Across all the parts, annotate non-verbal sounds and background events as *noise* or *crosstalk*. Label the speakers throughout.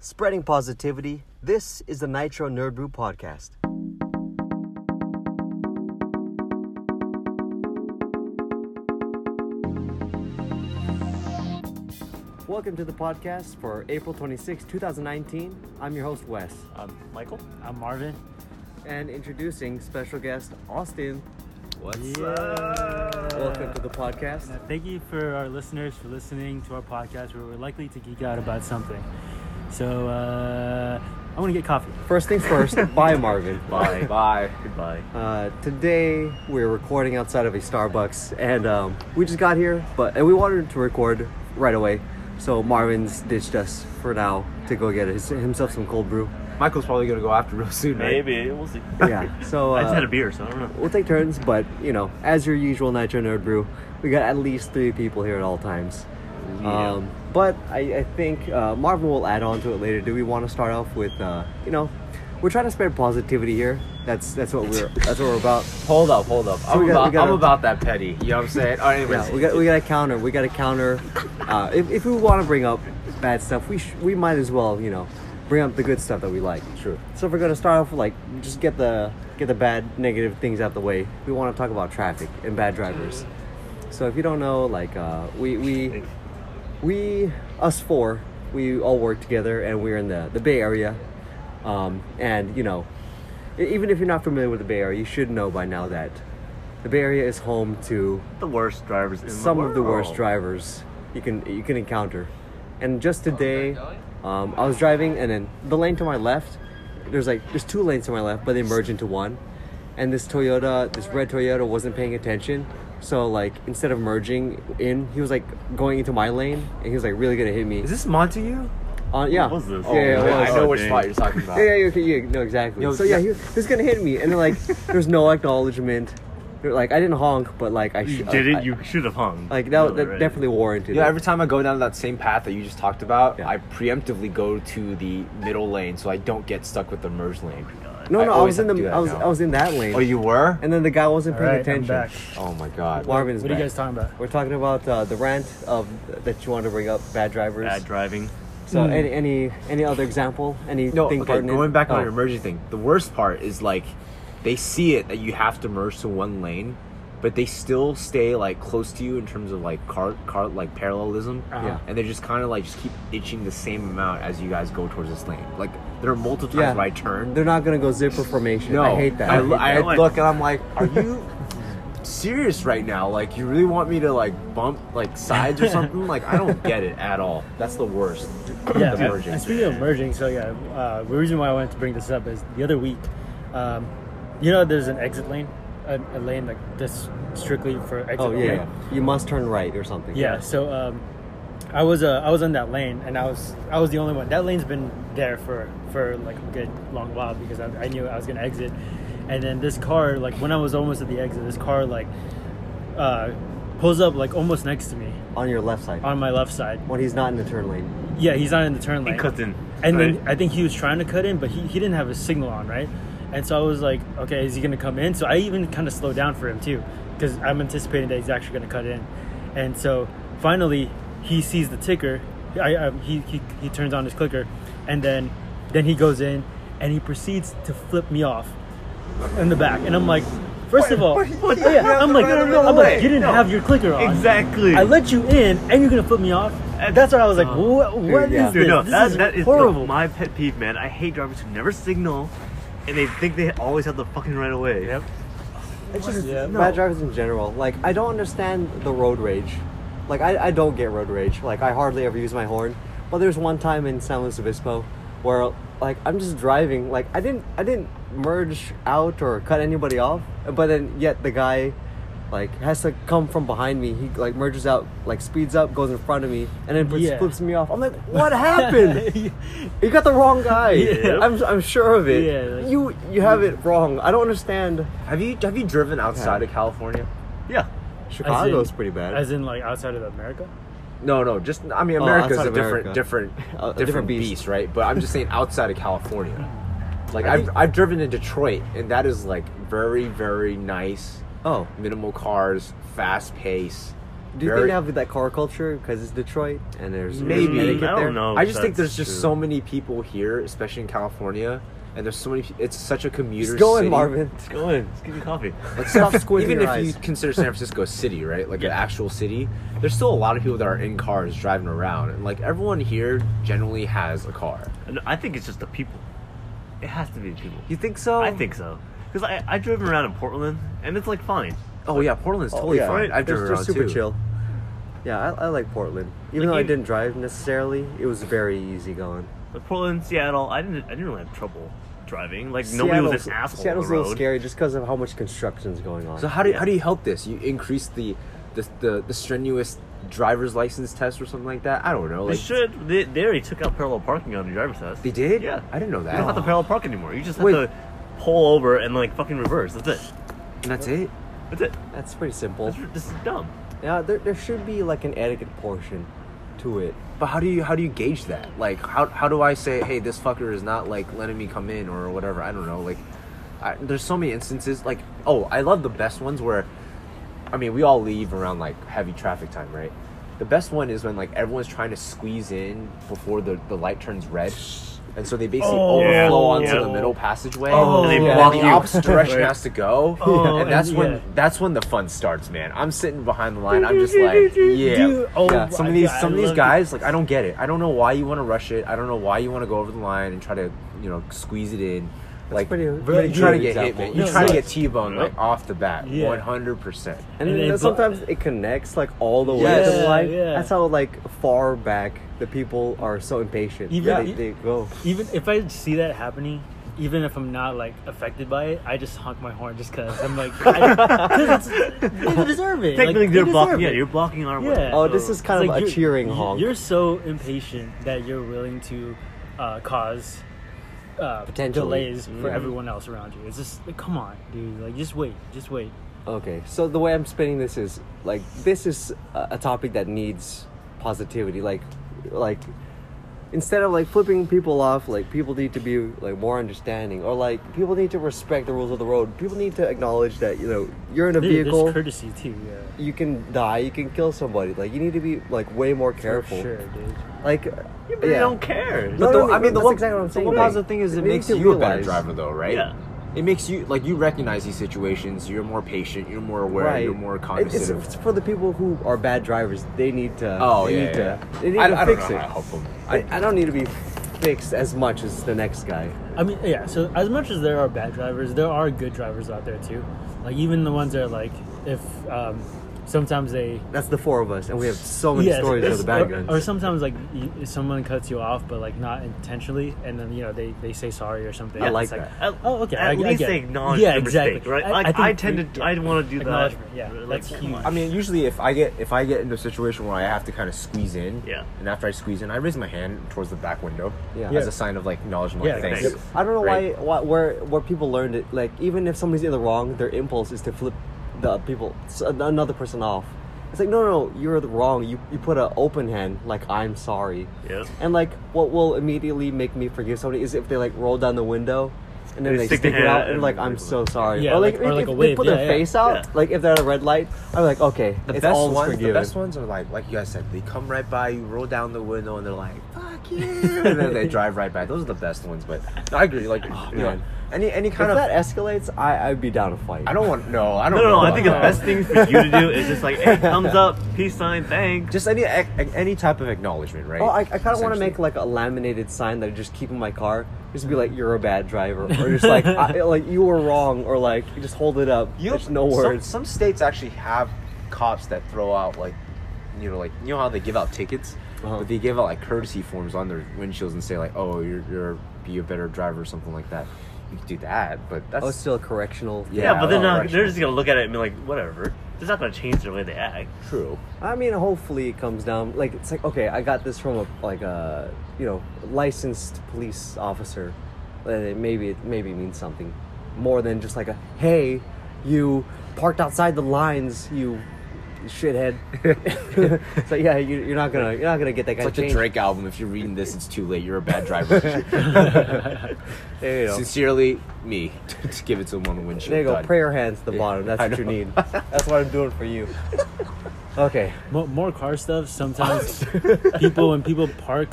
Speaker 1: Spreading positivity, this is the Nitro Nerd Brew Podcast. Welcome to the podcast for April 26, 2019. I'm your host, Wes.
Speaker 2: Um, Michael?
Speaker 3: I'm Marvin.
Speaker 1: And introducing special guest, Austin.
Speaker 2: What's
Speaker 1: Welcome to the podcast.
Speaker 3: Uh, Thank you for our listeners for listening to our podcast where we're likely to geek out about something. So, uh, I want to get coffee.
Speaker 1: First things first, bye, Marvin.
Speaker 2: Bye. Bye. Goodbye.
Speaker 1: Uh, today we're recording outside of a Starbucks, and um, we just got here, but and we wanted to record right away, so Marvin's ditched us for now to go get his, himself some cold brew.
Speaker 4: Michael's probably gonna go after real soon, right?
Speaker 2: Maybe. We'll see.
Speaker 1: Yeah, so uh,
Speaker 2: *laughs* I just had a beer, so I don't know.
Speaker 1: we'll take turns, but you know, as your usual Nitro Nerd Brew, we got at least three people here at all times.
Speaker 2: Yeah.
Speaker 1: Um, but I, I think uh, Marvin will add on to it later. Do we want to start off with, uh, you know, we're trying to spread positivity here. That's that's what we're that's what we're about.
Speaker 4: Hold up, hold up. I'm,
Speaker 1: we got-
Speaker 4: about,
Speaker 1: we got
Speaker 4: I'm
Speaker 1: a-
Speaker 4: about that petty. You know what I'm saying? All right, anyways.
Speaker 1: Yeah, we got we got to counter. We got to counter. Uh, if, if we want to bring up bad stuff, we sh- we might as well you know bring up the good stuff that we like.
Speaker 4: True.
Speaker 1: So if we're gonna start off with like just get the get the bad negative things out the way, we want to talk about traffic and bad drivers. So if you don't know, like uh, we we we us four we all work together and we're in the the Bay Area, um, and you know e- even if you're not familiar with the Bay Area, you should know by now that. The Bay Area is home to
Speaker 2: The worst drivers in
Speaker 1: some
Speaker 2: the
Speaker 1: of the worst
Speaker 2: world.
Speaker 1: drivers you can you can encounter. And just today, um, I was driving, and then the lane to my left, there's like there's two lanes to my left, but they merge into one. And this Toyota, this red Toyota, wasn't paying attention, so like instead of merging in, he was like going into my lane, and he was like really gonna hit me.
Speaker 4: Is this Montague?
Speaker 1: Uh, yeah.
Speaker 2: was this?
Speaker 1: Yeah, yeah,
Speaker 2: Oh,
Speaker 1: it was.
Speaker 4: I know
Speaker 2: Oh,
Speaker 4: which
Speaker 2: dang.
Speaker 4: spot you're talking
Speaker 1: *laughs*
Speaker 4: about.
Speaker 1: Yeah, yeah, okay, yeah, no, exactly.
Speaker 4: Yo,
Speaker 1: so yeah,
Speaker 4: that-
Speaker 1: he was, he was gonna hit me, and then,
Speaker 2: *laughs*
Speaker 1: like, there's no acknowledgement. They're, Like I didn't honk, but like I
Speaker 2: You
Speaker 1: sh-
Speaker 2: did
Speaker 1: I-
Speaker 2: it. You should have hung.
Speaker 1: like
Speaker 2: No,
Speaker 1: that, that
Speaker 2: right.
Speaker 1: definitely warranted.
Speaker 4: You know,
Speaker 1: it.
Speaker 4: every time I go down that same path that you just talked about,
Speaker 1: Yeah.
Speaker 4: I preemptively go to the middle lane so I don't get stuck with the merge lane.
Speaker 1: No,
Speaker 4: I
Speaker 1: no, I,
Speaker 4: always
Speaker 1: was in
Speaker 4: have to
Speaker 1: the
Speaker 4: do that
Speaker 1: I was
Speaker 4: now.
Speaker 1: I was in that lane.
Speaker 4: Oh, you were?
Speaker 1: and then the guy wasn't paying
Speaker 3: Alright, I'm
Speaker 1: attention.
Speaker 3: back.
Speaker 4: Oh my God.
Speaker 1: Marvin's
Speaker 3: What are you
Speaker 1: back.
Speaker 3: guys talking about?
Speaker 1: We're talking about uh, the rant of that you want to bring up bad drivers.
Speaker 2: Bad driving.
Speaker 1: so any, any any other example? Any
Speaker 4: Hmm. No,
Speaker 1: thing
Speaker 4: okay,
Speaker 1: pertinent?
Speaker 4: going back
Speaker 1: Oh.
Speaker 4: on your merging thing, the worst part is like they see it that you have to merge to one lane, but they still stay like close to you in terms of like car car like parallelism.
Speaker 1: Yeah.
Speaker 4: And they just kind of like just keep itching the same amount as you guys go towards this lane. Like there are multiple times
Speaker 1: Yeah.
Speaker 4: where I turn.
Speaker 1: They're not gonna go zipper formation.
Speaker 4: no,
Speaker 1: I hate that.
Speaker 4: I,
Speaker 1: hate
Speaker 4: lo- I
Speaker 1: that.
Speaker 2: Like-
Speaker 4: look and I'm like, are you serious right now? Like you really want me to like bump like sides
Speaker 3: *laughs*
Speaker 4: or something? like I don't get it at all. That's the worst.
Speaker 3: yeah,
Speaker 4: the
Speaker 3: and-
Speaker 4: merging.
Speaker 3: And speaking of merging, so yeah, uh, the reason why I wanted to bring this up is the other week, um, you know, there's an exit lane, a, a lane like this strictly for exit.
Speaker 1: oh yeah,
Speaker 3: only.
Speaker 1: you must turn right or something.
Speaker 3: Yeah. So um, I was uh, I was on that lane, and I was I was the only one. That lane's been there for for like a good long while because I, I knew I was gonna exit, and then this car like when I was almost at the exit, this car like uh, pulls up like almost next to me
Speaker 1: on your left side
Speaker 3: on my left side.
Speaker 1: when he's not in the turn lane.
Speaker 3: Yeah, he's not in the turn
Speaker 2: He
Speaker 3: lane.
Speaker 2: cuts in.
Speaker 3: And then
Speaker 2: Right.
Speaker 3: I think he was trying to cut in, but he, he didn't have his signal on, right? And so I was like, okay, is he going to come in? So I even kind of slowed down for him too, because I'm anticipating that he's actually going to cut in. And so finally, he sees the ticker. I, um, he, he, he turns on his clicker, and then then he goes in and he proceeds to flip me off in the back. And I'm like, first of all,
Speaker 2: what the-
Speaker 3: yeah, I'm like,
Speaker 2: right in the middle
Speaker 3: I'm like,
Speaker 2: lane.
Speaker 3: you didn't
Speaker 2: No.
Speaker 3: have your clicker on.
Speaker 2: Exactly.
Speaker 3: I let you in, and you're gonna flip me off. That's what I was like. What, what is
Speaker 1: yeah.
Speaker 3: this?
Speaker 2: Dude, no,
Speaker 3: This
Speaker 2: that,
Speaker 3: is
Speaker 2: that is
Speaker 3: horrible.
Speaker 2: my pet peeve, man. I hate drivers who never signal, and they think they always have the fucking right of way.
Speaker 3: Yep.
Speaker 1: It's just
Speaker 3: Yeah.
Speaker 1: bad drivers in general. Like I don't understand the road rage. Like I, I don't get road rage. Like I hardly ever use my horn. But there's one time in San Luis Obispo where like I'm just driving. Like I didn't I didn't merge out or cut anybody off. But then yet the guy like has to come from behind me. He like merges out, like speeds up, goes in front of me, and then flips-
Speaker 3: Yeah.
Speaker 1: flips me off. I'm
Speaker 3: *laughs*
Speaker 1: like, what happened? You got the wrong guy.
Speaker 3: Yeah.
Speaker 1: I'm, I'm sure of it.
Speaker 3: Yeah, like-
Speaker 1: you you have it wrong. I don't understand.
Speaker 4: Have you have you driven outside of California?
Speaker 2: Yeah.
Speaker 1: Chicago's
Speaker 3: As in-
Speaker 1: pretty bad.
Speaker 3: As in, like outside of *laughs* America.
Speaker 4: No, no, just I mean
Speaker 1: Oh,
Speaker 4: America's
Speaker 1: outside
Speaker 4: a different,
Speaker 1: America.
Speaker 4: different,
Speaker 1: *laughs* A- a
Speaker 4: different,
Speaker 1: different beast.
Speaker 4: beast. right? But I'm just saying outside of California. Like
Speaker 1: I
Speaker 4: I've,
Speaker 1: think-
Speaker 4: I've driven in Detroit, and that is like very, very nice,
Speaker 1: oh,
Speaker 4: minimal cars, fast pace,
Speaker 1: Do you think
Speaker 4: very-
Speaker 1: they have that car culture because it's Detroit and there's there's
Speaker 4: Maybe.
Speaker 1: etiquette
Speaker 4: I
Speaker 2: don't
Speaker 1: there?
Speaker 2: know.
Speaker 4: I just think
Speaker 2: that's
Speaker 4: there's just
Speaker 2: true.
Speaker 4: so many people here, especially in California, and there's so many. pe- It's such a commuter.
Speaker 1: Just go in,
Speaker 4: city.
Speaker 1: Marvin. *laughs*
Speaker 2: Let's *laughs* go in. Let's get you coffee.
Speaker 1: Let's stop squinting
Speaker 4: Even
Speaker 1: your
Speaker 4: if you
Speaker 1: eyes.
Speaker 4: consider San Francisco a city, right? Like an
Speaker 2: Yeah.
Speaker 4: actual city, there's still a lot of people that are in cars driving around, and like everyone here generally has a car.
Speaker 2: And I think it's just the people. It has to be the people.
Speaker 1: You think so?
Speaker 2: I think so. Because I, I drove around in Portland and it's like fine.
Speaker 4: Oh yeah, Portland's
Speaker 1: Oh,
Speaker 4: totally
Speaker 1: yeah.
Speaker 4: fine. I've
Speaker 1: They're-
Speaker 4: driven
Speaker 1: they're
Speaker 4: around
Speaker 1: super
Speaker 4: too.
Speaker 1: chill. Yeah, I, I like Portland. Even
Speaker 2: Like
Speaker 1: though I
Speaker 2: you-
Speaker 1: didn't drive necessarily, it was very easy going.
Speaker 2: But Portland, Seattle, I didn't I didn't really have trouble driving. Like nobody was
Speaker 1: Seattle's-
Speaker 2: an asshole
Speaker 1: Seattle's
Speaker 2: on the
Speaker 1: a
Speaker 2: road.
Speaker 1: little scary just because of how much construction's going on.
Speaker 4: So how do you, how do you help this? You increase the the, the the strenuous driver's license test or something like that? I don't know.
Speaker 2: They
Speaker 4: Like
Speaker 2: should. They, they already took out parallel parking on the driver's test.
Speaker 4: they did?
Speaker 2: Yeah.
Speaker 4: I didn't know
Speaker 2: You don't have to
Speaker 4: that.
Speaker 2: parallel park anymore. You just have
Speaker 4: Wait.
Speaker 2: to pull over and like fucking reverse. That's it.
Speaker 4: And that's it.
Speaker 2: That's it.
Speaker 1: That's pretty simple.
Speaker 2: That's, this is dumb.
Speaker 1: Yeah, there, there should be like an etiquette portion to it.
Speaker 4: But how do you how do you gauge that? Like how how do I say hey this fucker is not like letting me come in or whatever? I don't know. Like I, there's so many instances. Like oh I love the best ones where I mean we all leave around like heavy traffic time right. The best one is when like everyone's trying to squeeze in before the the light turns red. And so they basically
Speaker 3: Oh,
Speaker 2: yeah,
Speaker 4: overflow onto
Speaker 2: yeah.
Speaker 4: the middle passageway.
Speaker 3: Oh,
Speaker 4: and
Speaker 3: they
Speaker 4: then
Speaker 2: block
Speaker 4: the
Speaker 3: *laughs*
Speaker 2: you.
Speaker 4: opposite direction has to go.
Speaker 3: Oh,
Speaker 4: and that's
Speaker 3: and-
Speaker 4: when
Speaker 3: yeah.
Speaker 4: that's when the fun starts, man. I'm sitting behind the line. I'm just like,
Speaker 3: *laughs*
Speaker 4: yeah,
Speaker 3: Dude, oh
Speaker 4: yeah. Some of
Speaker 3: my
Speaker 4: these
Speaker 3: God,
Speaker 4: some
Speaker 3: I
Speaker 4: of these
Speaker 3: love
Speaker 4: guys, like, I don't get it. I don't know why you want to rush it. I don't know why you want to go over the line and try to you know squeeze it in. like
Speaker 1: pretty-
Speaker 4: you're
Speaker 1: pretty
Speaker 4: trying to
Speaker 1: good
Speaker 4: get hit,
Speaker 1: example.
Speaker 4: man. You're
Speaker 3: No,
Speaker 4: trying to
Speaker 3: no.
Speaker 4: get T-bone like off the bat,
Speaker 3: Yeah.
Speaker 4: 100. percent
Speaker 1: And,
Speaker 3: And
Speaker 1: then
Speaker 3: it-
Speaker 1: sometimes it connects like all the way to
Speaker 4: Yes.
Speaker 1: the line.
Speaker 3: Yeah, yeah.
Speaker 1: That's how like far back the people are so impatient.
Speaker 3: Even-
Speaker 1: Yeah, they, they go.
Speaker 3: Even if I see that happening, even if I'm not like affected by it, I just honk my horn just because I'm like, *laughs* I, 'cause it's, they deserve it.
Speaker 2: Technically,
Speaker 3: like, they
Speaker 2: they're
Speaker 3: deserve
Speaker 2: blocking. Yeah,
Speaker 3: it.
Speaker 2: you're blocking our way.
Speaker 3: Yeah.
Speaker 1: Oh,
Speaker 2: so-
Speaker 1: this is
Speaker 3: It's
Speaker 1: kind
Speaker 3: like
Speaker 1: of a
Speaker 3: you're-
Speaker 1: cheering
Speaker 3: you-
Speaker 1: honk.
Speaker 3: You're so impatient that you're willing to uh, cause uh,
Speaker 1: Potentially. Mm-hmm.
Speaker 3: delays for
Speaker 1: Yeah.
Speaker 3: everyone else around you. It's just like, come on, dude. Like, just wait, just wait.
Speaker 1: Okay, so the way I'm spinning this is like this is a a topic that needs positivity. Like, like instead of like flipping people off, like people need to be like more understanding, or like people need to respect the rules of the road. People need to acknowledge that you know you're in a
Speaker 3: Dude,
Speaker 1: vehicle,
Speaker 3: There's courtesy too. Yeah.
Speaker 1: you can die, you can kill somebody. Like you need to be like way more careful.
Speaker 3: For sure, dude.
Speaker 1: Like,
Speaker 2: Yeah, but they don't care.
Speaker 1: No,
Speaker 4: But
Speaker 1: no,
Speaker 4: the,
Speaker 1: no,
Speaker 4: I mean, the
Speaker 1: that's
Speaker 4: one,
Speaker 1: exactly what I'm
Speaker 4: the
Speaker 1: saying.
Speaker 4: one
Speaker 1: Like,
Speaker 4: positive thing is
Speaker 1: it
Speaker 4: it
Speaker 1: makes
Speaker 4: makes
Speaker 1: you
Speaker 4: you a better
Speaker 1: realize-
Speaker 4: driver, though, right?
Speaker 2: Yeah.
Speaker 4: It makes you like you recognize these situations. You're more patient. You're more aware. You're more
Speaker 1: It- It's,
Speaker 4: cognizant.
Speaker 1: it's for the people who are bad drivers. They need to.
Speaker 4: Oh
Speaker 1: they
Speaker 4: yeah,
Speaker 1: need
Speaker 4: yeah.
Speaker 1: To, they need
Speaker 4: I,
Speaker 1: to
Speaker 4: I don't
Speaker 1: fix
Speaker 4: know
Speaker 1: it.
Speaker 4: how to help them.
Speaker 1: I, I don't need to be fixed as much as the next guy.
Speaker 3: I mean, yeah. So as much as there are bad drivers, there are good drivers out there too. Like even the ones that are like, if um, sometimes they
Speaker 1: That's the four of us, and we have so many
Speaker 3: Yes,
Speaker 1: stories of
Speaker 3: it's-
Speaker 1: the bad
Speaker 3: or,
Speaker 1: guys.
Speaker 3: Or sometimes like you, someone cuts you off, but like not intentionally, and then you know they, they say sorry or something.
Speaker 1: I
Speaker 3: It's
Speaker 1: like
Speaker 2: At,
Speaker 3: Oh, okay.
Speaker 2: At
Speaker 3: I- I
Speaker 2: least
Speaker 3: get
Speaker 2: they
Speaker 3: it.
Speaker 2: acknowledge
Speaker 3: Yeah,
Speaker 2: the
Speaker 3: exactly.
Speaker 2: mistake, right?
Speaker 3: I-
Speaker 2: Like,
Speaker 3: I
Speaker 2: I,
Speaker 3: think we-
Speaker 2: tend to,
Speaker 3: yeah.
Speaker 2: I'd want to do that.
Speaker 3: Acknowledgement, yeah.
Speaker 2: like,
Speaker 3: That's
Speaker 2: come on.
Speaker 4: I mean, usually if I get if I get into a situation where I have to kind of squeeze in,
Speaker 2: Yeah.
Speaker 4: and after I squeeze in, I raise my hand towards the back window,
Speaker 1: Yeah.
Speaker 4: as
Speaker 1: Yeah.
Speaker 4: a sign of like acknowledgement,
Speaker 3: Yeah,
Speaker 4: like, thanks.
Speaker 2: thanks.
Speaker 1: I don't know
Speaker 4: Right.
Speaker 1: why, why where where people learned it. Like even if somebody's in the wrong, their impulse is to flip the people s- another person off. It's like no, no, no you're the wrong. You you put an open hand like I'm sorry.
Speaker 2: Yeah.
Speaker 1: And like what will immediately make me forgive somebody is if they like roll down the window. And then
Speaker 2: They
Speaker 1: they
Speaker 2: stick
Speaker 1: stick,
Speaker 2: their
Speaker 1: it out
Speaker 2: hand
Speaker 1: and like
Speaker 2: and-
Speaker 1: I'm so sorry.
Speaker 3: Yeah,
Speaker 1: or like,
Speaker 3: like- or
Speaker 1: if,
Speaker 3: like a
Speaker 1: if they
Speaker 3: wave,
Speaker 1: put
Speaker 3: yeah,
Speaker 1: their
Speaker 3: yeah.
Speaker 1: face out,
Speaker 2: Yeah.
Speaker 1: like if they're at a red light, I'm like okay,
Speaker 4: The
Speaker 1: it's
Speaker 4: best
Speaker 1: all
Speaker 4: ones,
Speaker 1: forgiven.
Speaker 4: the best ones are like like you guys said, they come right by you, roll down the window, and they're like, "Fuck you," and then they drive right by. Those are the best ones. But no, I agree. Like, you know,
Speaker 1: Oh, man.
Speaker 4: any any
Speaker 1: If
Speaker 4: kind of
Speaker 1: that escalates, I I'd be down to fight.
Speaker 4: I don't want no. I don't.
Speaker 2: No, no,
Speaker 4: know
Speaker 2: no. I
Speaker 4: about *laughs*
Speaker 2: think the
Speaker 4: that.
Speaker 2: best thing for you to do is just like, hey, thumbs up, peace sign, thanks.
Speaker 4: Just any ac- any type of acknowledgement, right?
Speaker 1: Oh, I, I kind of want to
Speaker 4: Essentially.
Speaker 1: make like a laminated sign that I just keep in my car. Just be like, "You're a bad driver," or just
Speaker 3: *laughs*
Speaker 1: like, I, "Like you were wrong," or like, you just hold it up. There's no
Speaker 4: some-
Speaker 1: words.
Speaker 4: Some, states actually have cops that throw out like, you know, like you know how they give out tickets,
Speaker 1: Uh-huh.
Speaker 4: but they give out like courtesy forms on their windshields and say like, "Oh, you're you're be a better driver" or something like that. You could do that, but that's
Speaker 1: oh, it's still a correctional. thing.
Speaker 2: yeah,
Speaker 4: yeah,
Speaker 2: but they're
Speaker 4: oh,
Speaker 2: not.
Speaker 4: right.
Speaker 2: They're just gonna look at it and be like, whatever. It's not gonna change the way they act.
Speaker 4: true.
Speaker 1: I mean, hopefully it comes down. Like it's like, okay, I got this from a like a you know licensed police officer, and it, maybe it maybe it means something more than just like a hey, you parked outside the lines, you shithead. *laughs* so yeah, you, you're not gonna you're not gonna get that
Speaker 4: It's
Speaker 1: kind
Speaker 4: like
Speaker 1: of
Speaker 4: the Drake album. If you're reading this, it's too late. You're a bad *laughs* driver.
Speaker 1: There you go.
Speaker 4: Sincerely, me. *laughs* Just give it to him on the windshield.
Speaker 1: There you go.
Speaker 4: Done. *laughs*
Speaker 1: Prayer hands at the bottom. That's
Speaker 4: I
Speaker 1: what you
Speaker 4: know. *laughs*
Speaker 1: need. That's what I'm doing for you. Okay.
Speaker 3: More, more car stuff.
Speaker 2: *laughs*
Speaker 3: Sometimes *laughs* people when people park,